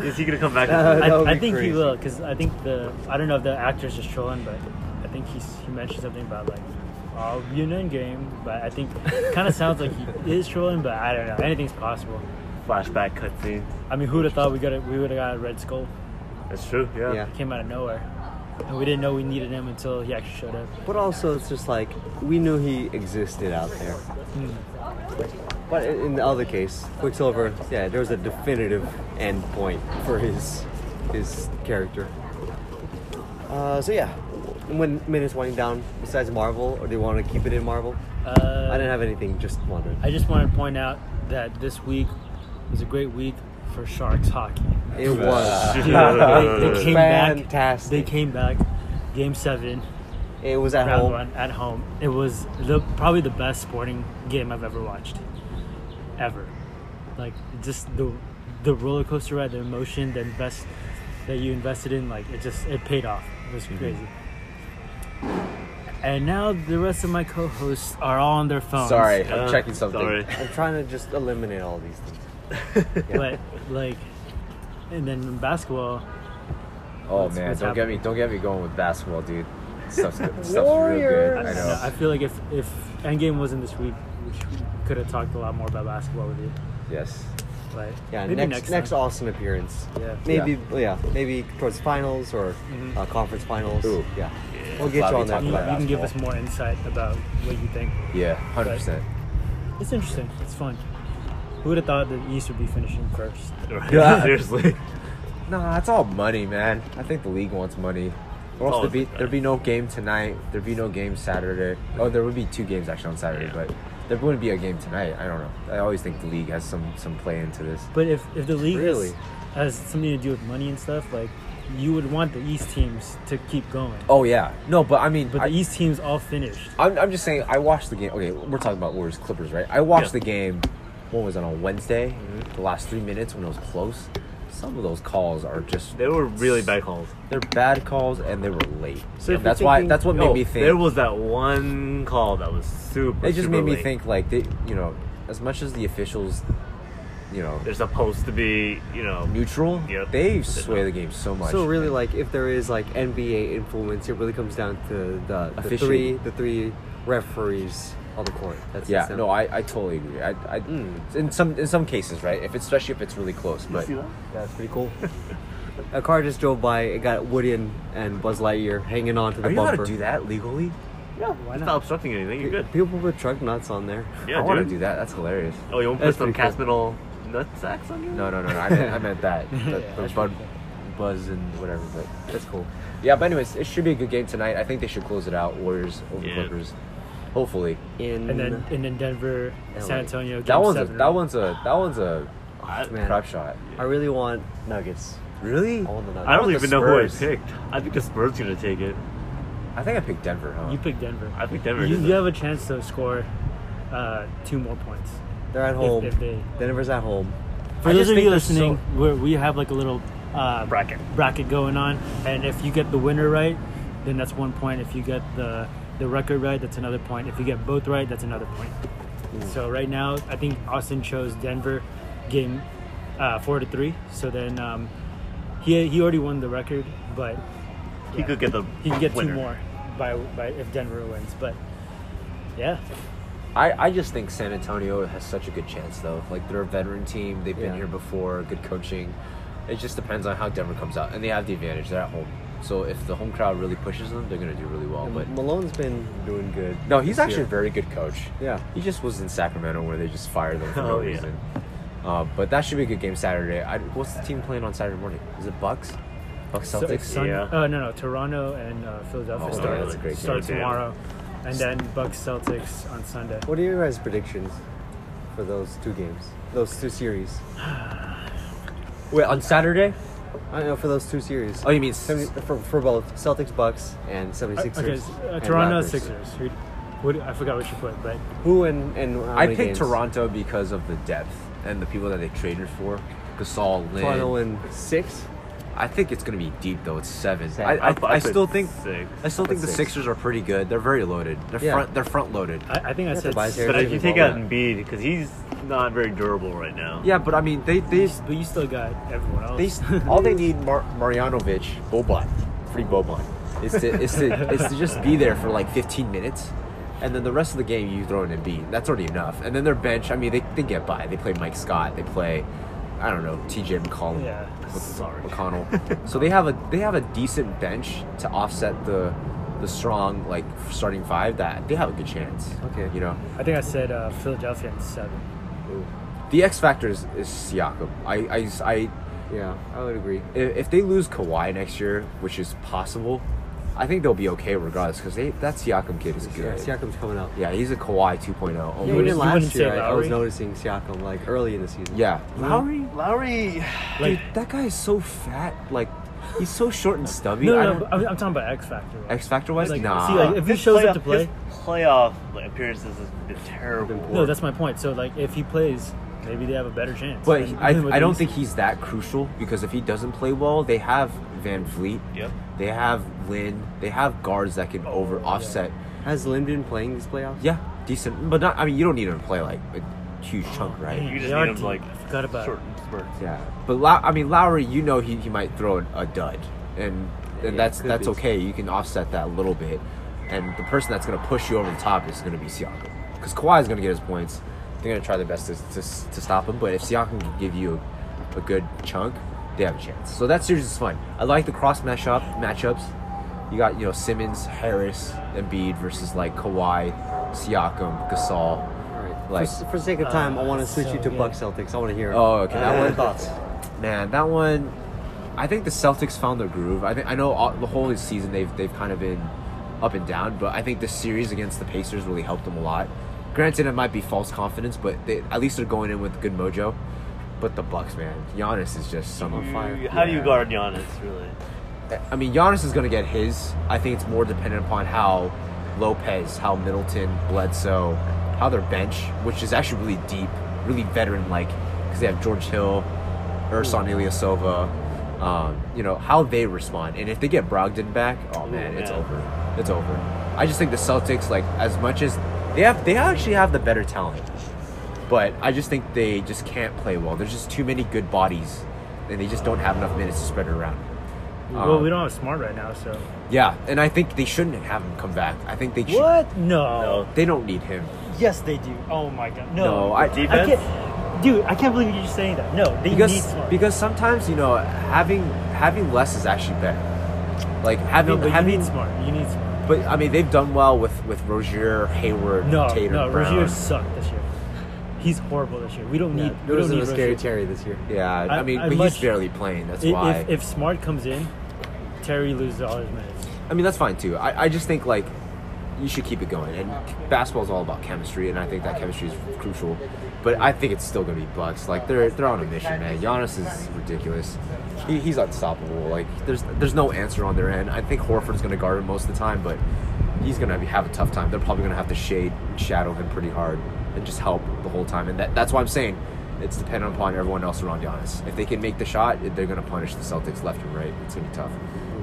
Speaker 2: Is he gonna come back?
Speaker 1: Uh,
Speaker 3: I,
Speaker 1: That would
Speaker 3: I
Speaker 1: be
Speaker 3: think
Speaker 1: crazy.
Speaker 3: he will because I think the I don't know if the actor's just trolling, but I think he's he mentioned something about like I'll be in Endgame, but I think
Speaker 1: *laughs*
Speaker 3: kind of sounds like he is trolling, but I don't know. Anything's possible.
Speaker 2: flashback cutscene.
Speaker 3: I mean, who'd have thought we got a, we would have got a Red Skull?
Speaker 2: That's true. *laughs* Yeah.
Speaker 1: Yeah.
Speaker 3: It came out of nowhere, and we didn't know we needed him until he actually showed up.
Speaker 1: But also, it's just like we knew he existed out there. But in in the other case, Quicksilver, yeah, there was a definitive end point for his his character. Uh, so yeah, when minutes winding down, besides Marvel, or do you want to keep it in Marvel?
Speaker 3: Uh,
Speaker 1: I didn't have anything. Just wondered.
Speaker 3: I just want to point out that this week was a great week for Sharks hockey.
Speaker 1: It was.
Speaker 3: Dude, they, they came back.
Speaker 1: Fantastic.
Speaker 3: They came back. Game seven.
Speaker 1: It was at
Speaker 3: round
Speaker 1: home.
Speaker 3: one at home. It was the probably the best sporting game I've ever watched, ever. Like just the the roller coaster ride, the emotion, the invest that you invested in, like it just it paid off. It was crazy. And now the rest of my co-hosts are all on their phones.
Speaker 4: Sorry, I'm
Speaker 2: Uh,
Speaker 4: checking something.
Speaker 2: Sorry.
Speaker 1: I'm trying to just eliminate all these things.
Speaker 3: but like, and then in basketball,
Speaker 4: Oh
Speaker 3: What's-
Speaker 4: man,
Speaker 3: what's
Speaker 4: don't get me
Speaker 3: happening?
Speaker 4: don't get me going with basketball, dude. Stuff's, good- stuff's real good. I
Speaker 1: Warriors.
Speaker 4: know.
Speaker 3: I feel like if if Endgame wasn't this week, we could have talked a lot more about basketball with you.
Speaker 4: Yes.
Speaker 3: But
Speaker 1: Yeah,
Speaker 3: maybe
Speaker 1: next
Speaker 3: next
Speaker 1: next,
Speaker 3: time.
Speaker 1: Austin appearance.
Speaker 3: Yeah.
Speaker 1: Maybe yeah, maybe towards finals or
Speaker 3: Mhm.
Speaker 1: uh, conference finals.
Speaker 4: Ooh.
Speaker 1: Yeah. We'll get
Speaker 4: Glad
Speaker 1: you
Speaker 4: we
Speaker 1: on that.
Speaker 4: talked
Speaker 3: you,
Speaker 4: about
Speaker 3: you can give us
Speaker 4: basketball.
Speaker 3: more insight about what you think.
Speaker 4: Yeah, hundred percent.
Speaker 3: It's interesting. It's fun. Who would have thought that East would be finishing first?
Speaker 2: *laughs*
Speaker 4: Yeah.
Speaker 2: Seriously.
Speaker 4: Nah, it's all money, man. I think the league wants money. Or else
Speaker 2: always
Speaker 4: there'd be
Speaker 2: like that.
Speaker 4: there'd be no game tonight. There'd be no game Saturday. Oh, there would be two games actually on Saturday,
Speaker 2: Yeah.
Speaker 4: but there wouldn't be a game tonight. I don't know. I always think the league has some some play into this.
Speaker 3: But if, if the league has-
Speaker 1: Really?
Speaker 3: has something to do with money and stuff, like you would want the East teams to keep going.
Speaker 4: Oh yeah, no, but I mean,
Speaker 3: But the
Speaker 4: I,
Speaker 3: East teams all finished.
Speaker 4: I'm, I'm just saying. I watched the game. Okay, we're talking about Warriors Clippers, right? I watched
Speaker 2: Yeah. Mm-hmm.
Speaker 4: the game. What was it, on a Wednesday? The last three minutes when it was close. Some of those calls are just
Speaker 2: They were really bad calls.
Speaker 4: They're bad calls and they were late.
Speaker 3: So if you're
Speaker 4: that's why.
Speaker 3: thinking-
Speaker 4: That's what made
Speaker 2: Yo,
Speaker 4: me think.
Speaker 2: There was that one call that was super.
Speaker 4: it just
Speaker 2: super
Speaker 4: made me
Speaker 2: late.
Speaker 4: think like they, you know, as much as the officials, you know,
Speaker 2: they're supposed to be, you know,
Speaker 4: neutral,
Speaker 2: Yeah.
Speaker 4: they sway the game so much.
Speaker 1: So really, like if there is like NBA influence, it really comes down to the, the three
Speaker 4: Officiating.
Speaker 1: the three referees on the court. That's
Speaker 4: yeah,
Speaker 1: it's them.
Speaker 4: no, I, I totally agree. I, I
Speaker 1: Mm.
Speaker 4: in some in some cases, right? If it's, especially if it's really close,
Speaker 2: Hmm. You
Speaker 4: but
Speaker 2: see that?
Speaker 1: that's pretty cool. *laughs* A car just drove by. It got Woody and, and Buzz Lightyear hanging on to the
Speaker 4: are you allowed
Speaker 1: bumper.
Speaker 4: to do that legally?
Speaker 2: Yeah,
Speaker 3: Why
Speaker 2: it's
Speaker 3: not?
Speaker 2: not obstructing anything. You're good.
Speaker 1: People put truck nuts on there.
Speaker 2: Yeah,
Speaker 4: I want to
Speaker 2: dude.
Speaker 4: do that. That's hilarious.
Speaker 2: Oh, you want to put
Speaker 1: That's
Speaker 2: some
Speaker 1: pretty
Speaker 2: cast nut sacks on you?
Speaker 4: No, no, no. no I, meant, I meant that. The,
Speaker 3: Yeah,
Speaker 4: the
Speaker 3: that's
Speaker 4: bud,
Speaker 3: pretty
Speaker 4: buzz and whatever. But that's cool. Yeah, but anyways, it should be a good game tonight. I think they should close it out. Warriors over
Speaker 2: Yeah.
Speaker 4: Clippers. Hopefully.
Speaker 1: In
Speaker 3: And then and then Denver, San
Speaker 1: LA.
Speaker 3: Antonio.
Speaker 4: Mm-hmm. That
Speaker 3: game
Speaker 4: one's a,
Speaker 3: seven,
Speaker 4: that
Speaker 3: right?
Speaker 4: one's a that one's a
Speaker 2: I,
Speaker 1: Man.
Speaker 4: crap shot.
Speaker 1: I really want Nuggets.
Speaker 4: Really?
Speaker 1: I want the Nuggets.
Speaker 2: I don't
Speaker 4: want the
Speaker 2: even know who I
Speaker 4: Spurs.
Speaker 2: picked. I think the Spurs are gonna take it.
Speaker 4: I think I picked Denver, huh?
Speaker 3: You picked Denver.
Speaker 2: I picked Denver.
Speaker 3: You,
Speaker 2: didn't
Speaker 3: you
Speaker 2: I?
Speaker 3: have a chance to score uh, two more points.
Speaker 1: They're at home.
Speaker 3: if they-
Speaker 1: Denver's at home.
Speaker 3: For
Speaker 1: I
Speaker 3: those
Speaker 1: just
Speaker 3: of
Speaker 1: think
Speaker 3: you
Speaker 1: they're so-
Speaker 3: listening, we're, we have like a little uh,
Speaker 2: Bracket.
Speaker 3: bracket going on, and if you get the winner right, then that's one point. If you get the the record right, that's another point. If you get both right, that's another point. So right now, I think Austin chose Denver, game uh, four to three. So then um, he he already won the record, but
Speaker 2: He could get the.
Speaker 3: he can get
Speaker 2: winner.
Speaker 3: two more by by if Denver wins. But yeah,
Speaker 4: I, I just think San Antonio has such a good chance though. Like they're a veteran team, they've been
Speaker 1: Yeah.
Speaker 4: here before, good coaching. It just depends on how Denver comes out. And they have the advantage, they're at home. So if the home crowd really pushes them, they're gonna do really well.
Speaker 1: And
Speaker 4: But
Speaker 1: Malone's been doing good.
Speaker 4: No, he's
Speaker 1: this
Speaker 4: actually
Speaker 1: year.
Speaker 4: a very good coach.
Speaker 1: Yeah.
Speaker 4: He just was in Sacramento where they just fired them for no
Speaker 2: Oh, yeah.
Speaker 4: reason. Uh, but that should be a good game Saturday. I, what's the team playing on Saturday morning? Is it Bucks? Bucks
Speaker 3: So
Speaker 4: Celtics?
Speaker 3: it's Sun-
Speaker 2: Yeah.
Speaker 3: Oh no no, Toronto and uh, Philadelphia
Speaker 4: Oh,
Speaker 3: start
Speaker 4: yeah, that's a great
Speaker 3: start
Speaker 2: game.
Speaker 3: tomorrow, and then Bucks Celtics on Sunday.
Speaker 1: What are your guys' predictions for those two games? Those two series?
Speaker 4: Wait, on Saturday?
Speaker 1: I don't know for those two series.
Speaker 4: Oh, you mean
Speaker 1: Seventy- for, for both Celtics, Bucks, and 76ers.
Speaker 3: Okay, s- uh,
Speaker 1: and
Speaker 3: Toronto
Speaker 1: Raptors.
Speaker 3: Sixers. Who, what, I forgot what you put, but
Speaker 1: Who and and how
Speaker 4: I
Speaker 1: many
Speaker 4: picked
Speaker 1: games?
Speaker 4: Toronto because of the depth and the people that they traded for. Gasol, Lynn.
Speaker 1: Toronto in six.
Speaker 4: I think it's going to be deep though. It's seven.
Speaker 1: Seven.
Speaker 2: I-
Speaker 4: I, I, I,
Speaker 2: I put
Speaker 4: still think
Speaker 2: six.
Speaker 4: I still think
Speaker 1: put
Speaker 4: the
Speaker 1: six.
Speaker 4: Sixers are pretty good. They're very loaded. They're
Speaker 1: Yeah.
Speaker 4: front. They're front loaded.
Speaker 3: I, I think I
Speaker 1: Yeah,
Speaker 3: said.
Speaker 1: Tobias
Speaker 3: s-
Speaker 1: Harris.
Speaker 2: But if you
Speaker 1: Even
Speaker 2: take
Speaker 1: ball
Speaker 2: out Embiid because he's not very durable right now.
Speaker 4: yeah, but I mean they they
Speaker 3: But you still got everyone else. *laughs*
Speaker 4: They s- all they need Mar- Marjanovic, Boban, free Boban, is to is to is to just be there for like 15 minutes, and then the rest of the game you throw in Embiid. That's already enough. And then their bench, I mean, they, they get by. They play Mike Scott. They play, I don't know, TJ McCollum,
Speaker 3: Yeah,
Speaker 4: Mc-
Speaker 2: sorry.
Speaker 4: McConnell. so they have a they have a decent bench to offset the the strong like starting five that they have a good chance.
Speaker 1: Okay.
Speaker 4: you know.
Speaker 3: I think I said uh, Philadelphia in seven.
Speaker 4: The X factor is, is Siakam. I, I, I
Speaker 1: Yeah, I would agree.
Speaker 4: if, if they lose Kawhi next year, which is possible, I think they'll be okay regardless because they that Siakam kid is
Speaker 1: Yeah,
Speaker 4: good. Yeah,
Speaker 1: Siakam's coming out.
Speaker 4: he's a Kawhi 2.0. Oh,
Speaker 1: Yeah,
Speaker 4: my-
Speaker 3: wouldn't-
Speaker 1: even
Speaker 3: you
Speaker 1: last
Speaker 3: wouldn't say
Speaker 1: year, I, I was
Speaker 3: Lowry?
Speaker 1: noticing Siakam like early in the season.
Speaker 4: yeah.
Speaker 2: Lowry, Lowry.
Speaker 3: Like
Speaker 4: Dude, that guy is so fat. Like He's so short and stubby.
Speaker 3: No,
Speaker 4: I
Speaker 3: no,
Speaker 4: don't-
Speaker 3: no but I'm, I'm talking about X Factor. though.
Speaker 4: X Factor wise,
Speaker 3: Like,
Speaker 4: nah.
Speaker 3: see, like, if he
Speaker 2: His
Speaker 3: shows up to
Speaker 2: playoff-
Speaker 3: play-
Speaker 2: his playoff like, appearances has been terrible.
Speaker 3: No, that's my point. So like, if he plays, maybe they have a better chance.
Speaker 4: but
Speaker 3: than-
Speaker 4: I,
Speaker 3: than with
Speaker 4: I don't
Speaker 3: these.
Speaker 4: think he's that crucial because if he doesn't play well, they have Van Vliet.
Speaker 2: Yep.
Speaker 4: They have Lynn. They have guards that can
Speaker 3: Oh,
Speaker 4: over offset.
Speaker 1: Has Lin been playing these playoffs?
Speaker 4: Yeah, decent, but not. I mean, you don't need him to play like a huge chunk, right?
Speaker 2: You just
Speaker 3: They are
Speaker 2: need him to,
Speaker 3: deep.
Speaker 2: like
Speaker 3: I forgot about
Speaker 2: short spurts.
Speaker 4: Yeah, but Low- I mean Lowry, you know he, he might throw a dud, and, and
Speaker 1: Yeah,
Speaker 4: that's
Speaker 1: could
Speaker 4: that's
Speaker 1: be.
Speaker 4: okay. You can offset that a little bit, and the person that's gonna push you over the top is gonna be Siakam, because Kawhi is gonna get his points. They're gonna try their best to, to, to stop him, but if Siakam can give you a, good chunk, they have a chance. So that series is fun. I like the cross match up matchups. You got you know Simmons, Harris, Embiid versus like Kawhi, Siakam, Gasol.
Speaker 1: All right.
Speaker 4: Like- uh,
Speaker 1: for, for sake of time, I want to
Speaker 3: that's
Speaker 1: switch
Speaker 3: so
Speaker 1: you to
Speaker 3: good.
Speaker 1: Bucks Celtics. I want to hear.
Speaker 4: Oh, okay, that
Speaker 1: That
Speaker 4: one-
Speaker 1: one thoughts.
Speaker 4: Man, that one. I think the Celtics found their groove. I think I know all, the whole season they've they've kind of been up and down, but I think the series against the Pacers really helped them a lot. Granted, it might be false confidence, but they, at least they're going in with good mojo. But the Bucks, man, Giannis is just some
Speaker 2: You-
Speaker 4: on fire.
Speaker 2: How do you
Speaker 4: Yeah.
Speaker 2: guard Giannis really?
Speaker 4: I mean, Giannis is going to get his. I think it's more dependent upon how Lopez, how Middleton, Bledsoe, how their bench, which is actually really deep, really veteran like, because they have George Hill, Ursan Ilyasova, um, you know, how they respond. And if they get Brogdon back, oh man, it's
Speaker 2: yeah.
Speaker 4: over. It's over. I just think the Celtics, like, as much as they have, they actually have the better talent. But I just think they just can't play well. There's just too many good bodies, and they just don't have enough minutes to spread it around.
Speaker 3: Well,
Speaker 4: Um,
Speaker 3: we don't have Smart right now, so
Speaker 4: yeah, and I think they shouldn't have him come back. I think they should.
Speaker 3: No.
Speaker 4: They don't need him.
Speaker 3: Yes, they do. Oh my god.
Speaker 4: No,
Speaker 3: No.
Speaker 4: I-
Speaker 2: Defense?
Speaker 3: can't, dude, I can't believe you're just saying that. No, they need
Speaker 4: Because
Speaker 3: Smart.
Speaker 4: because sometimes you know having having less is actually better. Like
Speaker 3: I mean,
Speaker 4: having
Speaker 3: but you
Speaker 4: having
Speaker 3: need Smart. You need Smart.
Speaker 4: but I mean they've done well with with Rozier, Hayward,
Speaker 3: No,
Speaker 4: Tatum,
Speaker 3: no,
Speaker 4: Brown.
Speaker 3: Rozier sucked this year. He's horrible this year. We don't need.
Speaker 1: There
Speaker 3: we don't
Speaker 1: was
Speaker 3: need
Speaker 1: a scary
Speaker 3: Rozier.
Speaker 1: Terry this year.
Speaker 4: Yeah, I,
Speaker 3: I-
Speaker 4: mean,
Speaker 3: I
Speaker 4: but he's
Speaker 3: much-
Speaker 4: barely playing. That's
Speaker 3: I-
Speaker 4: why.
Speaker 3: If, if Smart comes in, Terry loses all his minutes.
Speaker 4: I mean, that's fine too. I, I just think like you should keep it going. And basketball is all about chemistry, and I think that chemistry is crucial. But I think it's still gonna be Bucks. Like they're they're on a mission, man. Giannis is ridiculous. He, he's unstoppable. Like there's there's no answer on their end. I think Horford's gonna guard him most of the time, but he's gonna be, have a tough time. They're probably gonna have to shade shadow him pretty hard and just help the whole time. And that, that's why I'm saying it's dependent upon everyone else around Giannis. If they can make the shot, they're going to punish the Celtics left and right. It's going to be tough.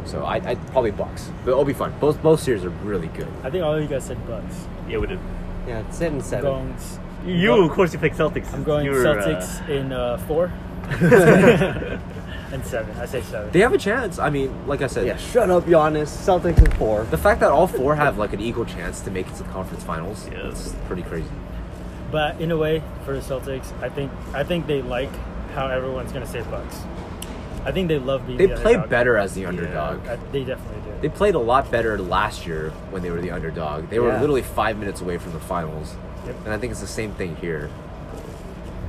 Speaker 4: So I I'd probably Bucks, but it'll be fun. Both both series are really good.
Speaker 3: I think all of you guys said Bucks.
Speaker 2: Yeah, we did.
Speaker 1: Yeah, it's seven
Speaker 3: I'm
Speaker 1: seven.
Speaker 3: going.
Speaker 2: You
Speaker 3: I'm
Speaker 2: of course you picked Celtics.
Speaker 3: I'm going
Speaker 2: You were, uh,
Speaker 3: Celtics in uh,
Speaker 2: *laughs*
Speaker 3: four and seven. I say seven.
Speaker 4: They have a chance. I mean, like I said,
Speaker 1: Yeah, shut up, Giannis. Celtics in four.
Speaker 4: the fact that all four have like an equal chance to make it to the conference finals,
Speaker 2: Yeah.
Speaker 4: it's pretty crazy.
Speaker 3: But in a way, for the Celtics, I think I think they like how everyone's gonna say Bucks. I think they love being.
Speaker 4: They
Speaker 3: the
Speaker 4: play
Speaker 3: underdog.
Speaker 4: better as the underdog.
Speaker 3: I- Uh, they definitely do.
Speaker 4: They played a lot better last year when they were the underdog. They were
Speaker 1: Yeah.
Speaker 4: literally five minutes away from the finals,
Speaker 3: Yep.
Speaker 4: and I think it's the same thing here.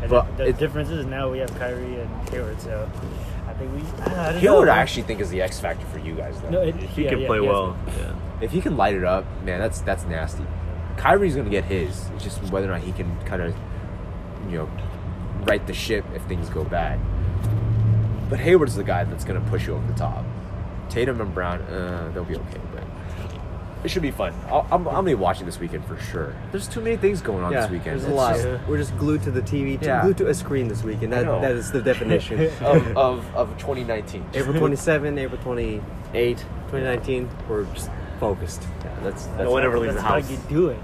Speaker 3: And
Speaker 4: but
Speaker 3: the,
Speaker 4: it-
Speaker 3: difference is now we have Kyrie and Hayward, so I think we. I don't
Speaker 4: Hayward
Speaker 3: know.
Speaker 4: I actually think is the X factor for you guys though.
Speaker 3: No, it,
Speaker 2: If he
Speaker 3: yeah,
Speaker 2: can
Speaker 3: yeah,
Speaker 2: play
Speaker 3: he has
Speaker 2: well,
Speaker 3: been.
Speaker 2: yeah.
Speaker 4: If he can light it up, man, that's that's nasty. Kyrie's gonna get his. It's just whether or not he can kind of, you know, right the ship if things go bad. But Hayward's the guy that's gonna push you over the top. Tatum and Brown, uh, they'll be okay, but it should be fun. I'll, I'm, I'm gonna be watching this weekend for sure. There's too many things going on
Speaker 1: yeah,
Speaker 4: this weekend.
Speaker 1: there's a
Speaker 4: It's
Speaker 1: lot. *laughs*
Speaker 4: just
Speaker 1: We're just glued to the TV,
Speaker 4: Yeah.
Speaker 1: glued to a screen this weekend. That,
Speaker 4: know.
Speaker 1: that is the
Speaker 4: *laughs*
Speaker 1: definition. Uh,
Speaker 4: of, of, of 2019.
Speaker 1: April 27, April 28, 2019, we're just focused. Yeah, that's, that's
Speaker 2: No one ever leaves the
Speaker 3: That's
Speaker 2: house.
Speaker 3: how you do it.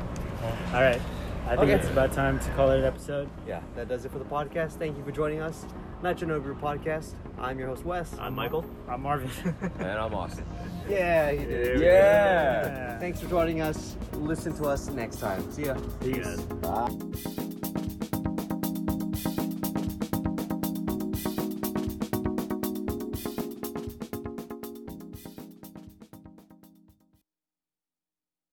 Speaker 3: All right, I think
Speaker 1: Okay.
Speaker 3: it's about time to call it an episode.
Speaker 1: Yeah, that does it for the podcast. Thank you for joining us. Not Your No Group Podcast. I'm your host, Wes.
Speaker 2: I'm Michael.
Speaker 3: I'm Marvin.
Speaker 4: Man, I'm Austin.
Speaker 1: yeah, he did it.
Speaker 4: Yeah.
Speaker 3: *laughs*
Speaker 1: Thanks for joining us. Listen to us next time. See ya.
Speaker 2: You guys.
Speaker 1: Bye.